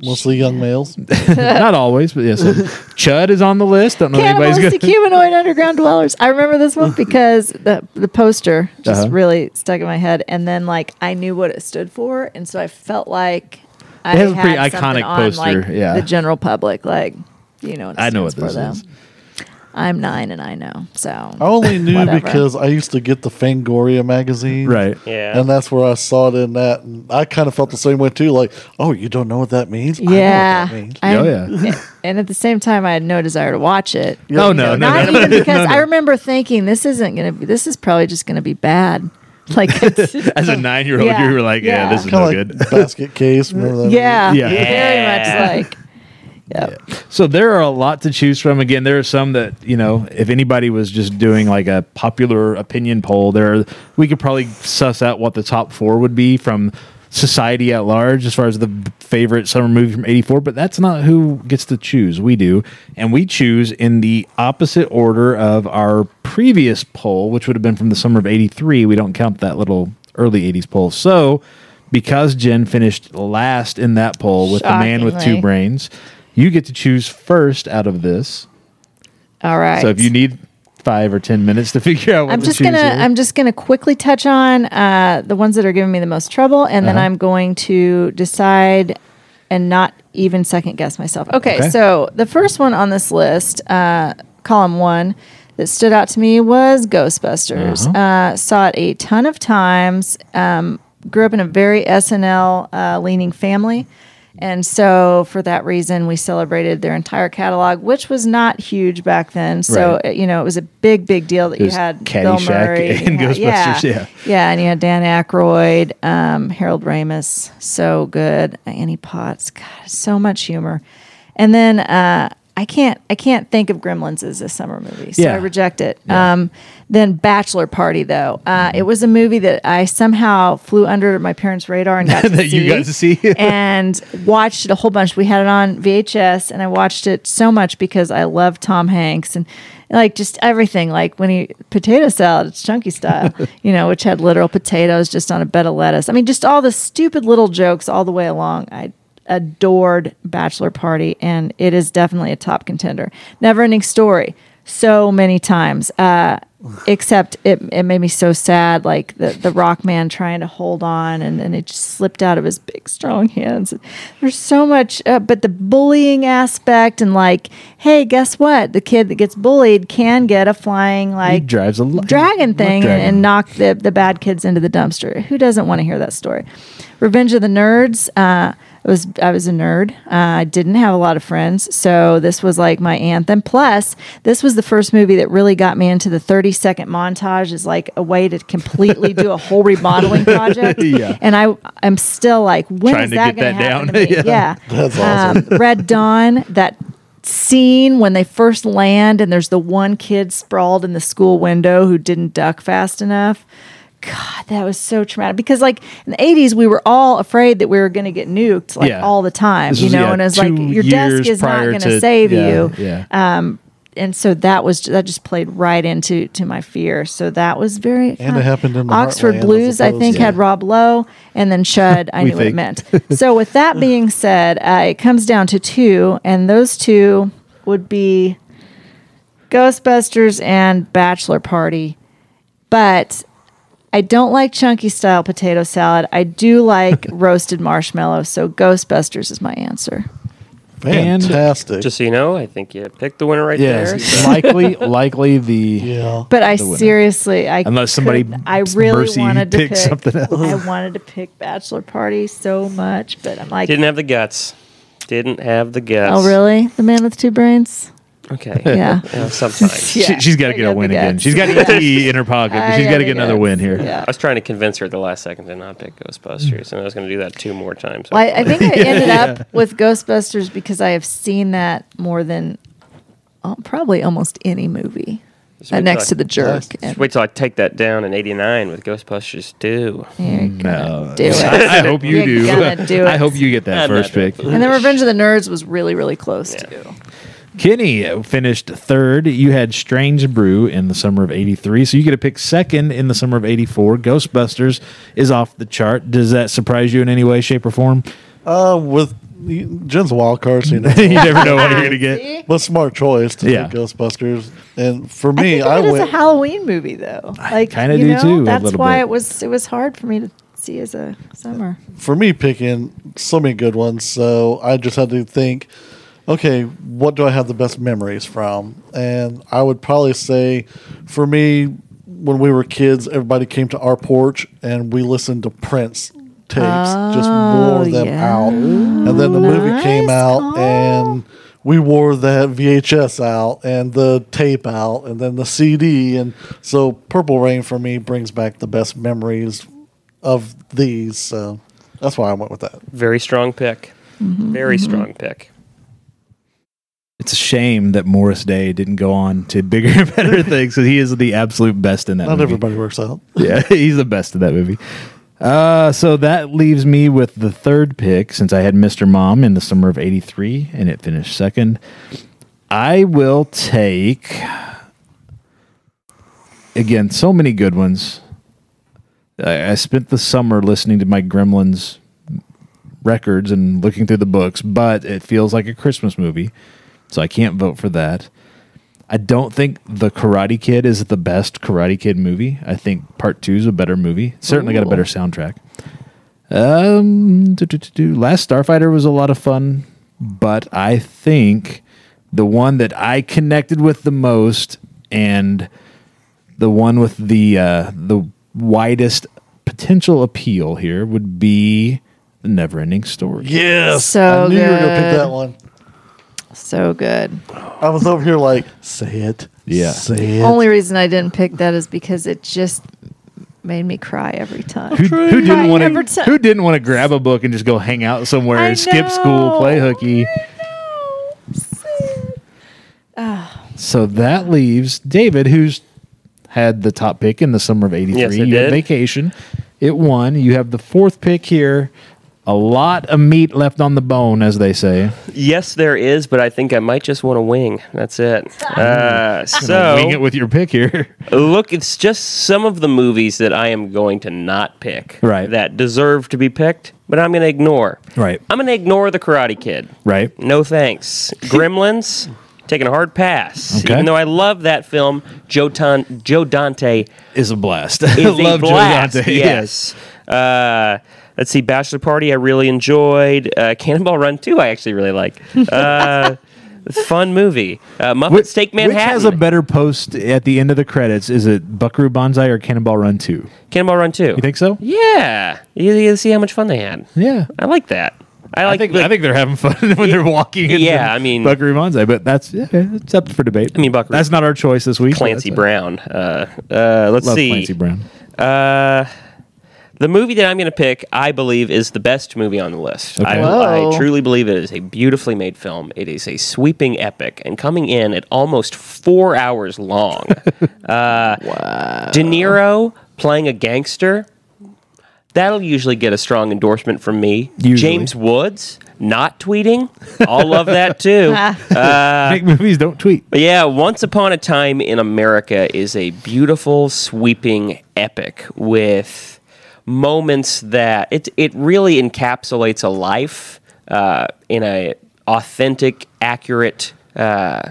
Speaker 4: Mostly young males.
Speaker 1: Not always, but yes. Chud is on the list. Don't know if anybody's
Speaker 2: Cannibalistic
Speaker 1: good.
Speaker 2: humanoid underground dwellers. I remember this one because the the poster just
Speaker 1: Uh-huh.
Speaker 2: really stuck in my head, and then like I knew what it stood for, and so I felt like I
Speaker 1: has a
Speaker 2: had
Speaker 1: pretty
Speaker 2: something
Speaker 1: iconic
Speaker 2: on,
Speaker 1: poster,
Speaker 2: like,
Speaker 1: yeah.
Speaker 2: the general public, like you know. What it
Speaker 1: I know what
Speaker 2: stands
Speaker 1: this
Speaker 2: for, though.
Speaker 1: is.
Speaker 2: I'm nine, and I know. So
Speaker 4: I only knew
Speaker 2: Whatever.
Speaker 4: because I used to get the Fangoria magazine.
Speaker 1: Right.
Speaker 3: Yeah.
Speaker 4: And that's where I saw it in that. And I kind of felt the same way too. Like, oh, you don't know what that means? I know what
Speaker 2: yeah,
Speaker 4: that means.
Speaker 2: I-
Speaker 1: Oh, yeah.
Speaker 2: and at the same time, I had no desire to watch it.
Speaker 1: Oh, No, no, no.
Speaker 2: Not
Speaker 1: no.
Speaker 2: even because I remember thinking this isn't gonna be. This is probably just gonna be bad. Like it's,
Speaker 1: As a nine-year-old,
Speaker 2: Yeah.
Speaker 1: you were like, "Yeah,
Speaker 2: Yeah.
Speaker 1: this is
Speaker 4: Kind
Speaker 1: no
Speaker 4: of
Speaker 1: good."
Speaker 4: like basket case. Remember that?
Speaker 2: yeah,
Speaker 1: Yeah.
Speaker 3: Yeah.
Speaker 2: very much like. Yep.
Speaker 1: So there are a lot to choose from. Again, there are some that you know, if anybody was just doing like a popular opinion poll, there are, we could probably suss out what the top four would be from society at large as far as the favorite summer movie from 84 but that's not who gets to choose we do and we choose in the opposite order of our previous poll which would have been from the summer of 83 we don't count that little early 80s poll so because jen finished last in that poll with the man with two
Speaker 2: Shockingly.
Speaker 1: brains brains. You get to choose first out of this.
Speaker 2: All right.
Speaker 1: So if you need five or ten minutes to figure out what
Speaker 2: I'm
Speaker 1: to
Speaker 2: just
Speaker 1: choose
Speaker 2: gonna
Speaker 1: here-
Speaker 2: I'm just gonna quickly touch on uh, the ones that are giving me the most trouble, and then I'm going to decide and not even second guess myself. Okay,
Speaker 1: Okay.
Speaker 2: so the first one on this list, uh, column one, that stood out to me was Ghostbusters. uh saw it a ton of times. Um, grew up in a very SNL uh, leaning family. And so, for that reason, we celebrated their entire catalog, which was not huge back then. So,
Speaker 1: Right.
Speaker 2: uh, you know, it was a big, big deal that you
Speaker 1: There's
Speaker 2: had
Speaker 1: Caddyshack
Speaker 2: Bill Murray
Speaker 1: and
Speaker 2: you had-
Speaker 1: Ghostbusters,
Speaker 2: Yeah.
Speaker 1: yeah.
Speaker 2: Yeah, and you had Dan Aykroyd, um, Harold Ramis, so good. Annie Potts, God, so much humor. And then uh, I I can't I can't think of Gremlins as a summer movie, so
Speaker 1: Yeah.
Speaker 2: I reject it.
Speaker 1: Yeah. Mm-hmm.
Speaker 2: Um, then Bachelor Party though, uh, it was a movie that I somehow flew under my parents' radar and got to
Speaker 1: That you
Speaker 2: see,
Speaker 1: got to see.
Speaker 2: and watched it a whole bunch. We had it on VHS, and I watched it so much because I love Tom Hanks and like just everything. Like when he potato salad, it's chunky style, you know, which had literal potatoes just on a bed of lettuce. I mean, just all the stupid little jokes all the way along. I adored Bachelor Party, and it is definitely a top contender. Never ending story. So many times, uh, except it, it made me so sad, like the, the rock man trying to hold on and, and it just slipped out of his big, strong hands. There's so much, uh, but the bullying aspect and like, hey, guess what? The kid that gets bullied can get a flying, like,
Speaker 1: drives a li-
Speaker 2: dragon thing
Speaker 1: dragon.
Speaker 2: And, and knock the, the bad kids into the dumpster. Who doesn't want to hear that story? Revenge of the Nerds. Uh, I was I was a nerd. Uh, I didn't have a lot of friends, so this was like my anthem. Plus, this was the first movie that really got me into the 30 second montage as like a way to completely do a whole remodeling project.
Speaker 1: Yeah.
Speaker 2: And I I'm still like, when
Speaker 1: Trying
Speaker 2: is
Speaker 1: to
Speaker 2: that
Speaker 1: get
Speaker 2: going
Speaker 1: that
Speaker 2: to happen?
Speaker 1: down.
Speaker 2: To me?
Speaker 1: Yeah.
Speaker 2: yeah.
Speaker 4: That's awesome.
Speaker 2: Um, Red Dawn, that scene when they first land and there's the one kid sprawled in the school window who didn't duck fast enough. God, that was so traumatic because, like, in the 80s, we were all afraid that we were going to get nuked, like,
Speaker 1: Yeah.
Speaker 2: all the time,
Speaker 1: This
Speaker 2: you
Speaker 1: was,
Speaker 2: know?
Speaker 1: yeah,
Speaker 2: and it's like,
Speaker 1: two
Speaker 2: your desk
Speaker 1: years
Speaker 2: is not
Speaker 1: prior
Speaker 2: going
Speaker 1: to-
Speaker 2: to save
Speaker 1: yeah,
Speaker 2: you. uh,
Speaker 1: Yeah.
Speaker 2: And so that was, that just played right into to my fear. So that was very.
Speaker 4: And it happened in the
Speaker 2: Oxford
Speaker 4: heartland as
Speaker 2: Blues, I
Speaker 4: opposed
Speaker 2: think,
Speaker 4: to-
Speaker 2: had Rob Lowe, and then Shud, I
Speaker 1: We
Speaker 2: knew
Speaker 1: think.
Speaker 2: it meant. So, with that being said, uh, it comes down to two, and those two would be Ghostbusters and Bachelor Party. But I don't like chunky style potato salad. I do like roasted marshmallow. So, Ghostbusters is my answer.
Speaker 1: And-
Speaker 4: Fantastic.
Speaker 3: Just so you know, I think you picked the winner right there.
Speaker 1: Yes. likely, likely the.
Speaker 4: yeah.
Speaker 2: But I
Speaker 1: The winner.
Speaker 2: seriously, I
Speaker 1: Unless somebody
Speaker 2: couldn't- I really
Speaker 1: mercy
Speaker 2: wanted to pick
Speaker 1: picked something else.
Speaker 2: I wanted to pick Bachelor Party so much, but I'm like,
Speaker 3: Didn't have the guts. Didn't have the guts.
Speaker 2: oh really? The man with two brains?
Speaker 3: Okay.
Speaker 2: Yeah.
Speaker 3: Yeah, sometimes.
Speaker 2: Yeah.
Speaker 1: She, she's got to get
Speaker 2: I
Speaker 1: a
Speaker 2: got
Speaker 1: win
Speaker 2: the
Speaker 1: again.
Speaker 2: guts.
Speaker 1: She's got to get tea in her pocket. but
Speaker 2: I
Speaker 1: She's
Speaker 2: got
Speaker 1: got to
Speaker 2: the
Speaker 1: get another
Speaker 2: guts.
Speaker 1: win here.
Speaker 2: Yeah.
Speaker 3: I was trying to convince her at the last second to not pick Ghostbusters, and I was going to do that two more times.
Speaker 2: Well, I, I think I ended up with Ghostbusters because I have seen that more than uh, probably almost any movie.
Speaker 3: Just
Speaker 2: Uh,
Speaker 3: wait
Speaker 2: next to
Speaker 3: till I-
Speaker 2: the jerk. And,
Speaker 3: Just wait till I take that down in '89 with Ghostbusters 2.
Speaker 2: Yeah, you're gonna
Speaker 1: No.
Speaker 2: do it.
Speaker 1: I, I hope you
Speaker 2: You're
Speaker 1: do.
Speaker 2: gonna do
Speaker 1: I
Speaker 2: it.
Speaker 1: hope you get that
Speaker 3: I'm
Speaker 1: first
Speaker 3: not doing
Speaker 1: pick.
Speaker 3: it.
Speaker 2: And then Revenge of the Nerds was really, really close to.
Speaker 1: Kenny finished third. You had Strange Brew in the summer of 83. So you get to pick second in the summer of 84. Ghostbusters is off the chart. Does that surprise you in any way, shape, or form?
Speaker 4: Uh, with Jen's a wild card, so you know.
Speaker 1: you never know what you're going to get.
Speaker 2: See?
Speaker 4: But smart choice to
Speaker 1: Yeah.
Speaker 4: pick Ghostbusters. And for
Speaker 2: I
Speaker 4: me,
Speaker 2: think of
Speaker 4: I,
Speaker 2: it as a
Speaker 4: went.
Speaker 2: Halloween movie, though. Like,
Speaker 1: kinda
Speaker 2: you
Speaker 1: do
Speaker 2: know,
Speaker 1: too, a
Speaker 2: That's
Speaker 1: little
Speaker 2: why
Speaker 1: bit.
Speaker 2: it was it was hard for me to see as a summer.
Speaker 4: for me picking so many good ones so i just had to think okay what do i have the best memories from and i would probably say for me when we were kids everybody came to our porch and we listened to prince tapes just wore them
Speaker 2: yeah.
Speaker 4: out and then the movie came
Speaker 2: Nice
Speaker 4: out
Speaker 2: call.
Speaker 4: and we wore that vhs out and the tape out and then the cd and so purple rain for me brings back the best memories of these. So that's why I went with that.
Speaker 3: Very strong pick.
Speaker 2: Mm-hmm,
Speaker 3: Very strong pick.
Speaker 1: It's a shame that Morris Day didn't go on to bigger and better things because he is the absolute best in that
Speaker 4: Not
Speaker 1: movie.
Speaker 4: everybody works out.
Speaker 1: yeah, he's the best in that movie. Uh, so that leaves me with the third pick since I had Mr. Mom in the summer of 83 and it finished second. I will take, again, so many good ones. I, I spent the summer listening to my Gremlins records and looking through the books, but it feels like a Christmas movie, so I can't vote for that. I don't think The Karate Kid is the best Karate Kid movie. I think Part Two is a better movie. It's certainly got a better soundtrack. Um, do, do, do, do. Last Starfighter was a lot of fun, but I think the one that I connected with the most and the one with the uh, the widest potential appeal here would be the Neverending Story.
Speaker 4: Yes,
Speaker 2: So
Speaker 4: I knew you were gonna
Speaker 2: good.
Speaker 4: pick that one.
Speaker 2: So good.
Speaker 4: I was over here like, say it,
Speaker 1: Yeah.
Speaker 4: say it.
Speaker 2: Only reason I didn't pick that is because it just made me cry every time.
Speaker 1: Who, who
Speaker 2: Hi,
Speaker 1: didn't want
Speaker 2: every
Speaker 1: to?
Speaker 2: ti-
Speaker 1: Who didn't want to grab a book and just go hang out somewhere
Speaker 2: I
Speaker 1: and skip
Speaker 2: know.
Speaker 1: school, play hooky?
Speaker 2: I know. Sad.
Speaker 1: So that leaves David, who's had the top pick in the summer of '83.
Speaker 3: Yes, I
Speaker 1: you had
Speaker 3: did.
Speaker 1: vacation. It won. You have the fourth pick here. A lot of meat left on the bone, as they say.
Speaker 3: Yes, there is, but I think I might just want a wing. That's it. Uh,
Speaker 1: wing it
Speaker 3: so
Speaker 1: with your pick here.
Speaker 3: look, it's just some of the movies that I am going to not pick.
Speaker 1: Right.
Speaker 3: That deserve to be picked, but I'm going to ignore.
Speaker 1: Right.
Speaker 3: I'm going to ignore The Karate Kid.
Speaker 1: Right.
Speaker 3: No thanks. Gremlins. Taking a hard pass,
Speaker 1: Okay.
Speaker 3: even though I love that film. Joe, Tan- Joe Dante
Speaker 1: Is a blast.
Speaker 3: is a blast. Yes. Uh, let's see, Bachelor Party. I really enjoyed. Uh, Cannonball Run Two. I actually really like. Uh, fun movie. Uh, Muppets Take Manhattan.
Speaker 1: Which has a better post at the end of the credits? Is it Buckaroo Banzai or Cannonball Run 2? You
Speaker 3: Cannonball Run Two. You
Speaker 1: think so?
Speaker 3: Yeah. You, you see how much fun they had.
Speaker 1: Yeah.
Speaker 3: I like that. I like.
Speaker 1: I think
Speaker 3: the-
Speaker 1: I think they're having fun when they're walking. into
Speaker 3: Yeah, I mean-
Speaker 1: Buckaroo Banzai, but that's yeah, it's up for debate. I
Speaker 3: mean, Buckaroo-
Speaker 1: That's not our choice this week.
Speaker 3: Clancy
Speaker 1: That's-
Speaker 3: Brown. Uh, uh, let's
Speaker 1: Love
Speaker 3: see.
Speaker 1: Clancy Brown.
Speaker 3: Uh, the movie that I'm going to pick, I believe, is the best movie on the list. I,
Speaker 2: Whoa.
Speaker 3: I truly believe it is a beautifully made film. It is a sweeping epic, and coming in at almost four hours long. Uh, De Niro playing a gangster. That'll usually get a strong endorsement from me.
Speaker 1: Usually.
Speaker 3: James Woods not tweeting. I'll love that too. uh,
Speaker 1: Make movies, don't tweet.
Speaker 3: But yeah, Once Upon a Time in America is a beautiful, sweeping epic with moments that it it really encapsulates a life uh, in a authentic, accurate. Uh,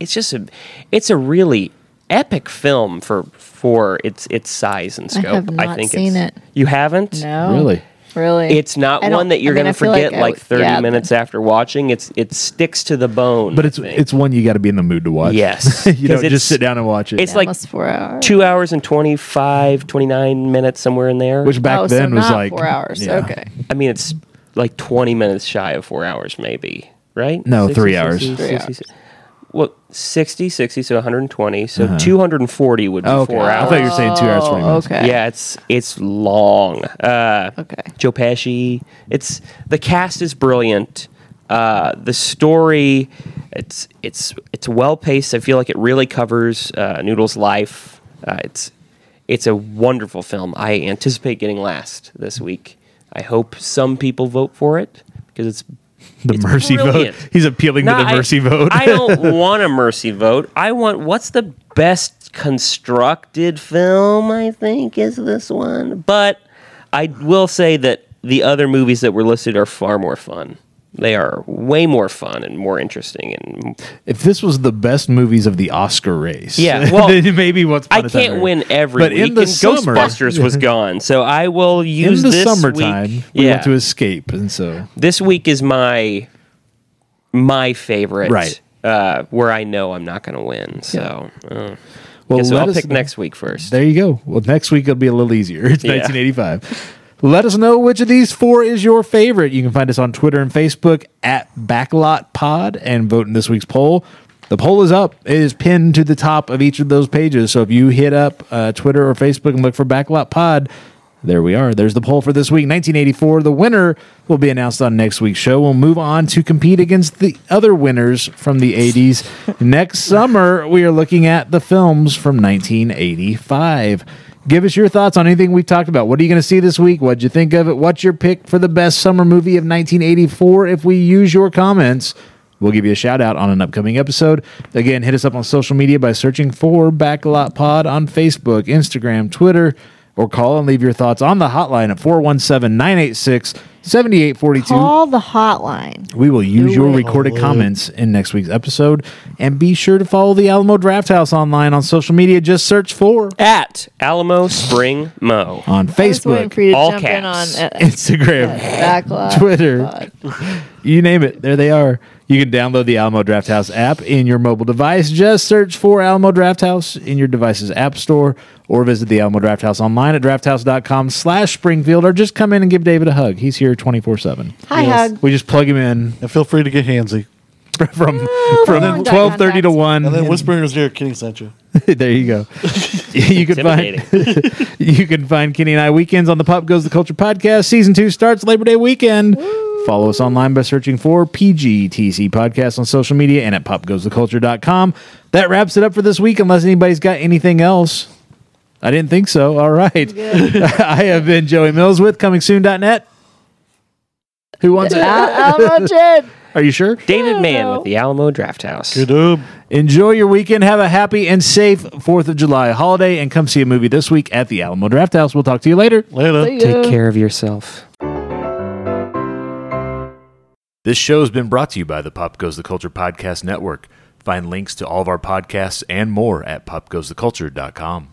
Speaker 3: it's just a it's a really epic film for for its its size and
Speaker 2: I
Speaker 3: scope.
Speaker 2: have not seen
Speaker 3: it's,
Speaker 2: it.
Speaker 3: You haven't?
Speaker 2: No.
Speaker 1: Really?
Speaker 2: Really?
Speaker 3: It's not
Speaker 2: I don't-
Speaker 3: one that
Speaker 2: I
Speaker 3: you're
Speaker 2: mean,
Speaker 3: going
Speaker 2: I
Speaker 3: to
Speaker 2: feel like
Speaker 3: forget
Speaker 2: I
Speaker 3: like,
Speaker 2: would-
Speaker 3: 30
Speaker 2: yeah,
Speaker 3: minutes after watching. It's it sticks to the bone.
Speaker 1: But it's
Speaker 3: I think.
Speaker 1: it's one you got to be in the mood to watch.
Speaker 3: Yes.
Speaker 1: you
Speaker 3: 'Cause
Speaker 1: don't
Speaker 3: it's-
Speaker 1: just sit down and watch it.
Speaker 3: it's like
Speaker 2: almost four hours.
Speaker 3: two hours and 25, 29 minutes, somewhere in there.
Speaker 1: which back
Speaker 2: oh, so
Speaker 1: then was
Speaker 2: not
Speaker 1: like
Speaker 2: four hours.
Speaker 1: yeah.
Speaker 2: Okay.
Speaker 3: I mean, it's like 20 minutes shy of four hours, maybe, right?
Speaker 1: No, three hours.
Speaker 2: Three hours.
Speaker 3: Well, 60, 60, so 120. So 240 would be
Speaker 1: Uh-huh. Oh, Okay.
Speaker 3: four
Speaker 1: I
Speaker 3: hours.
Speaker 1: thought you were saying two hours twenty
Speaker 2: Oh,
Speaker 1: minutes.
Speaker 2: okay.
Speaker 3: Yeah, it's it's long. Uh,
Speaker 2: Okay.
Speaker 3: Joe Pesci. It's the cast is brilliant. Uh, the story, it's it's it's well paced. I feel like it really covers uh, Noodle's life. Uh, it's it's a wonderful film. I anticipate getting last this week. I hope some people vote for it because it's
Speaker 1: The mercy
Speaker 3: brilliant.
Speaker 1: vote. He's appealing
Speaker 3: No,
Speaker 1: to the
Speaker 3: I-
Speaker 1: mercy vote.
Speaker 3: I don't want a mercy vote. I want what's the best constructed film, I think, is this one. But I will say that the other movies that were listed are far more fun. They are way more fun and more interesting. And
Speaker 1: if this was the best movies of the Oscar race,
Speaker 3: Yeah, well,
Speaker 1: then maybe what's
Speaker 3: I can't win every
Speaker 1: But
Speaker 3: week.
Speaker 1: in the
Speaker 3: and
Speaker 1: summer-
Speaker 3: Ghostbusters was gone, so I will
Speaker 1: in
Speaker 3: use
Speaker 1: the
Speaker 3: this
Speaker 1: summertime.
Speaker 3: Week,
Speaker 1: We
Speaker 3: yeah,
Speaker 1: want to escape, and so
Speaker 3: this week is my my favorite.
Speaker 1: Right.
Speaker 3: Uh, where I know I'm not going to win. So. uh.
Speaker 1: well,
Speaker 3: Yeah, so
Speaker 1: let
Speaker 3: I'll
Speaker 1: us
Speaker 3: pick
Speaker 1: know-
Speaker 3: next week first.
Speaker 1: There you go. Well, next week will be a little easier. It's
Speaker 3: Yeah.
Speaker 1: 1985. Let us know which of these four is your favorite. You can find us on Twitter and Facebook at Backlot Pod and vote in this week's poll. The poll is up. It is pinned to the top of each of those pages. So if you hit up uh, Twitter or Facebook and look for Backlot Pod, there we are. There's the poll for this week, 1984. The winner will be announced on next week's show. We'll move on to compete against the other winners from the 80s. next summer, we are looking at the films from 1985. Give us your thoughts on anything we've talked about. What are you going to see this week? What'd you think of it? What's your pick for the best summer movie of 1984? If we use your comments, We'll give you a shout out on an upcoming episode. Again, hit us up on social media by searching for Backlot Pod on Facebook, Instagram, Twitter, or call and leave your thoughts on the hotline at 417 986 7842.
Speaker 2: Call the hotline.
Speaker 1: We will use your
Speaker 2: it.
Speaker 1: recorded comments in next week's episode. And be sure to follow the Alamo Draft House online on social media. Just search for
Speaker 3: at Alamo Spring Mo.
Speaker 1: on
Speaker 2: I was waiting
Speaker 1: Facebook,
Speaker 2: for you to
Speaker 3: all
Speaker 2: jump
Speaker 3: caps.
Speaker 2: in on uh,
Speaker 1: Instagram,
Speaker 2: backlot.
Speaker 1: Twitter.
Speaker 2: pod.
Speaker 1: You name it, there they are. You can download the Alamo Draft House app in your mobile device. Just search for Alamo Draft House in your device's app store or visit the Alamo Draft House online at drafthouse.com slash Springfield or just come in and give David a hug. He's here 24-7.
Speaker 2: Hi,
Speaker 4: Yes.
Speaker 2: hug.
Speaker 1: We just plug him in
Speaker 4: And feel free to get handsy.
Speaker 1: from
Speaker 2: we're
Speaker 1: from
Speaker 2: on that
Speaker 1: 1230 to
Speaker 2: contact.
Speaker 1: 1.
Speaker 4: And then whisper in his ear, Kenny sent you.
Speaker 1: there you go. you can find you can find Kenny and I weekends on the Pop Goes the Culture podcast. Season two starts Labor Day weekend. Follow us online by searching for PGTC Podcast on social media and at popgoestheculture.com. That wraps it up for this week, unless anybody's got anything else. I didn't think so. All right. I have been Joey Mills with comingsoon.net. Who wants it?
Speaker 2: Alamo Jed.
Speaker 1: Are you sure?
Speaker 3: David Mann with the Alamo Draft House.
Speaker 1: Enjoy your weekend. Have a happy and safe 4th of July holiday and come see a movie this week at the Alamo Draft House. We'll talk to you later.
Speaker 4: Later.
Speaker 3: Take care of yourself.
Speaker 1: This show has been brought to you by the Pop Goes the Culture Podcast Network. Find links to all of our podcasts and more at popgoestheculture.com.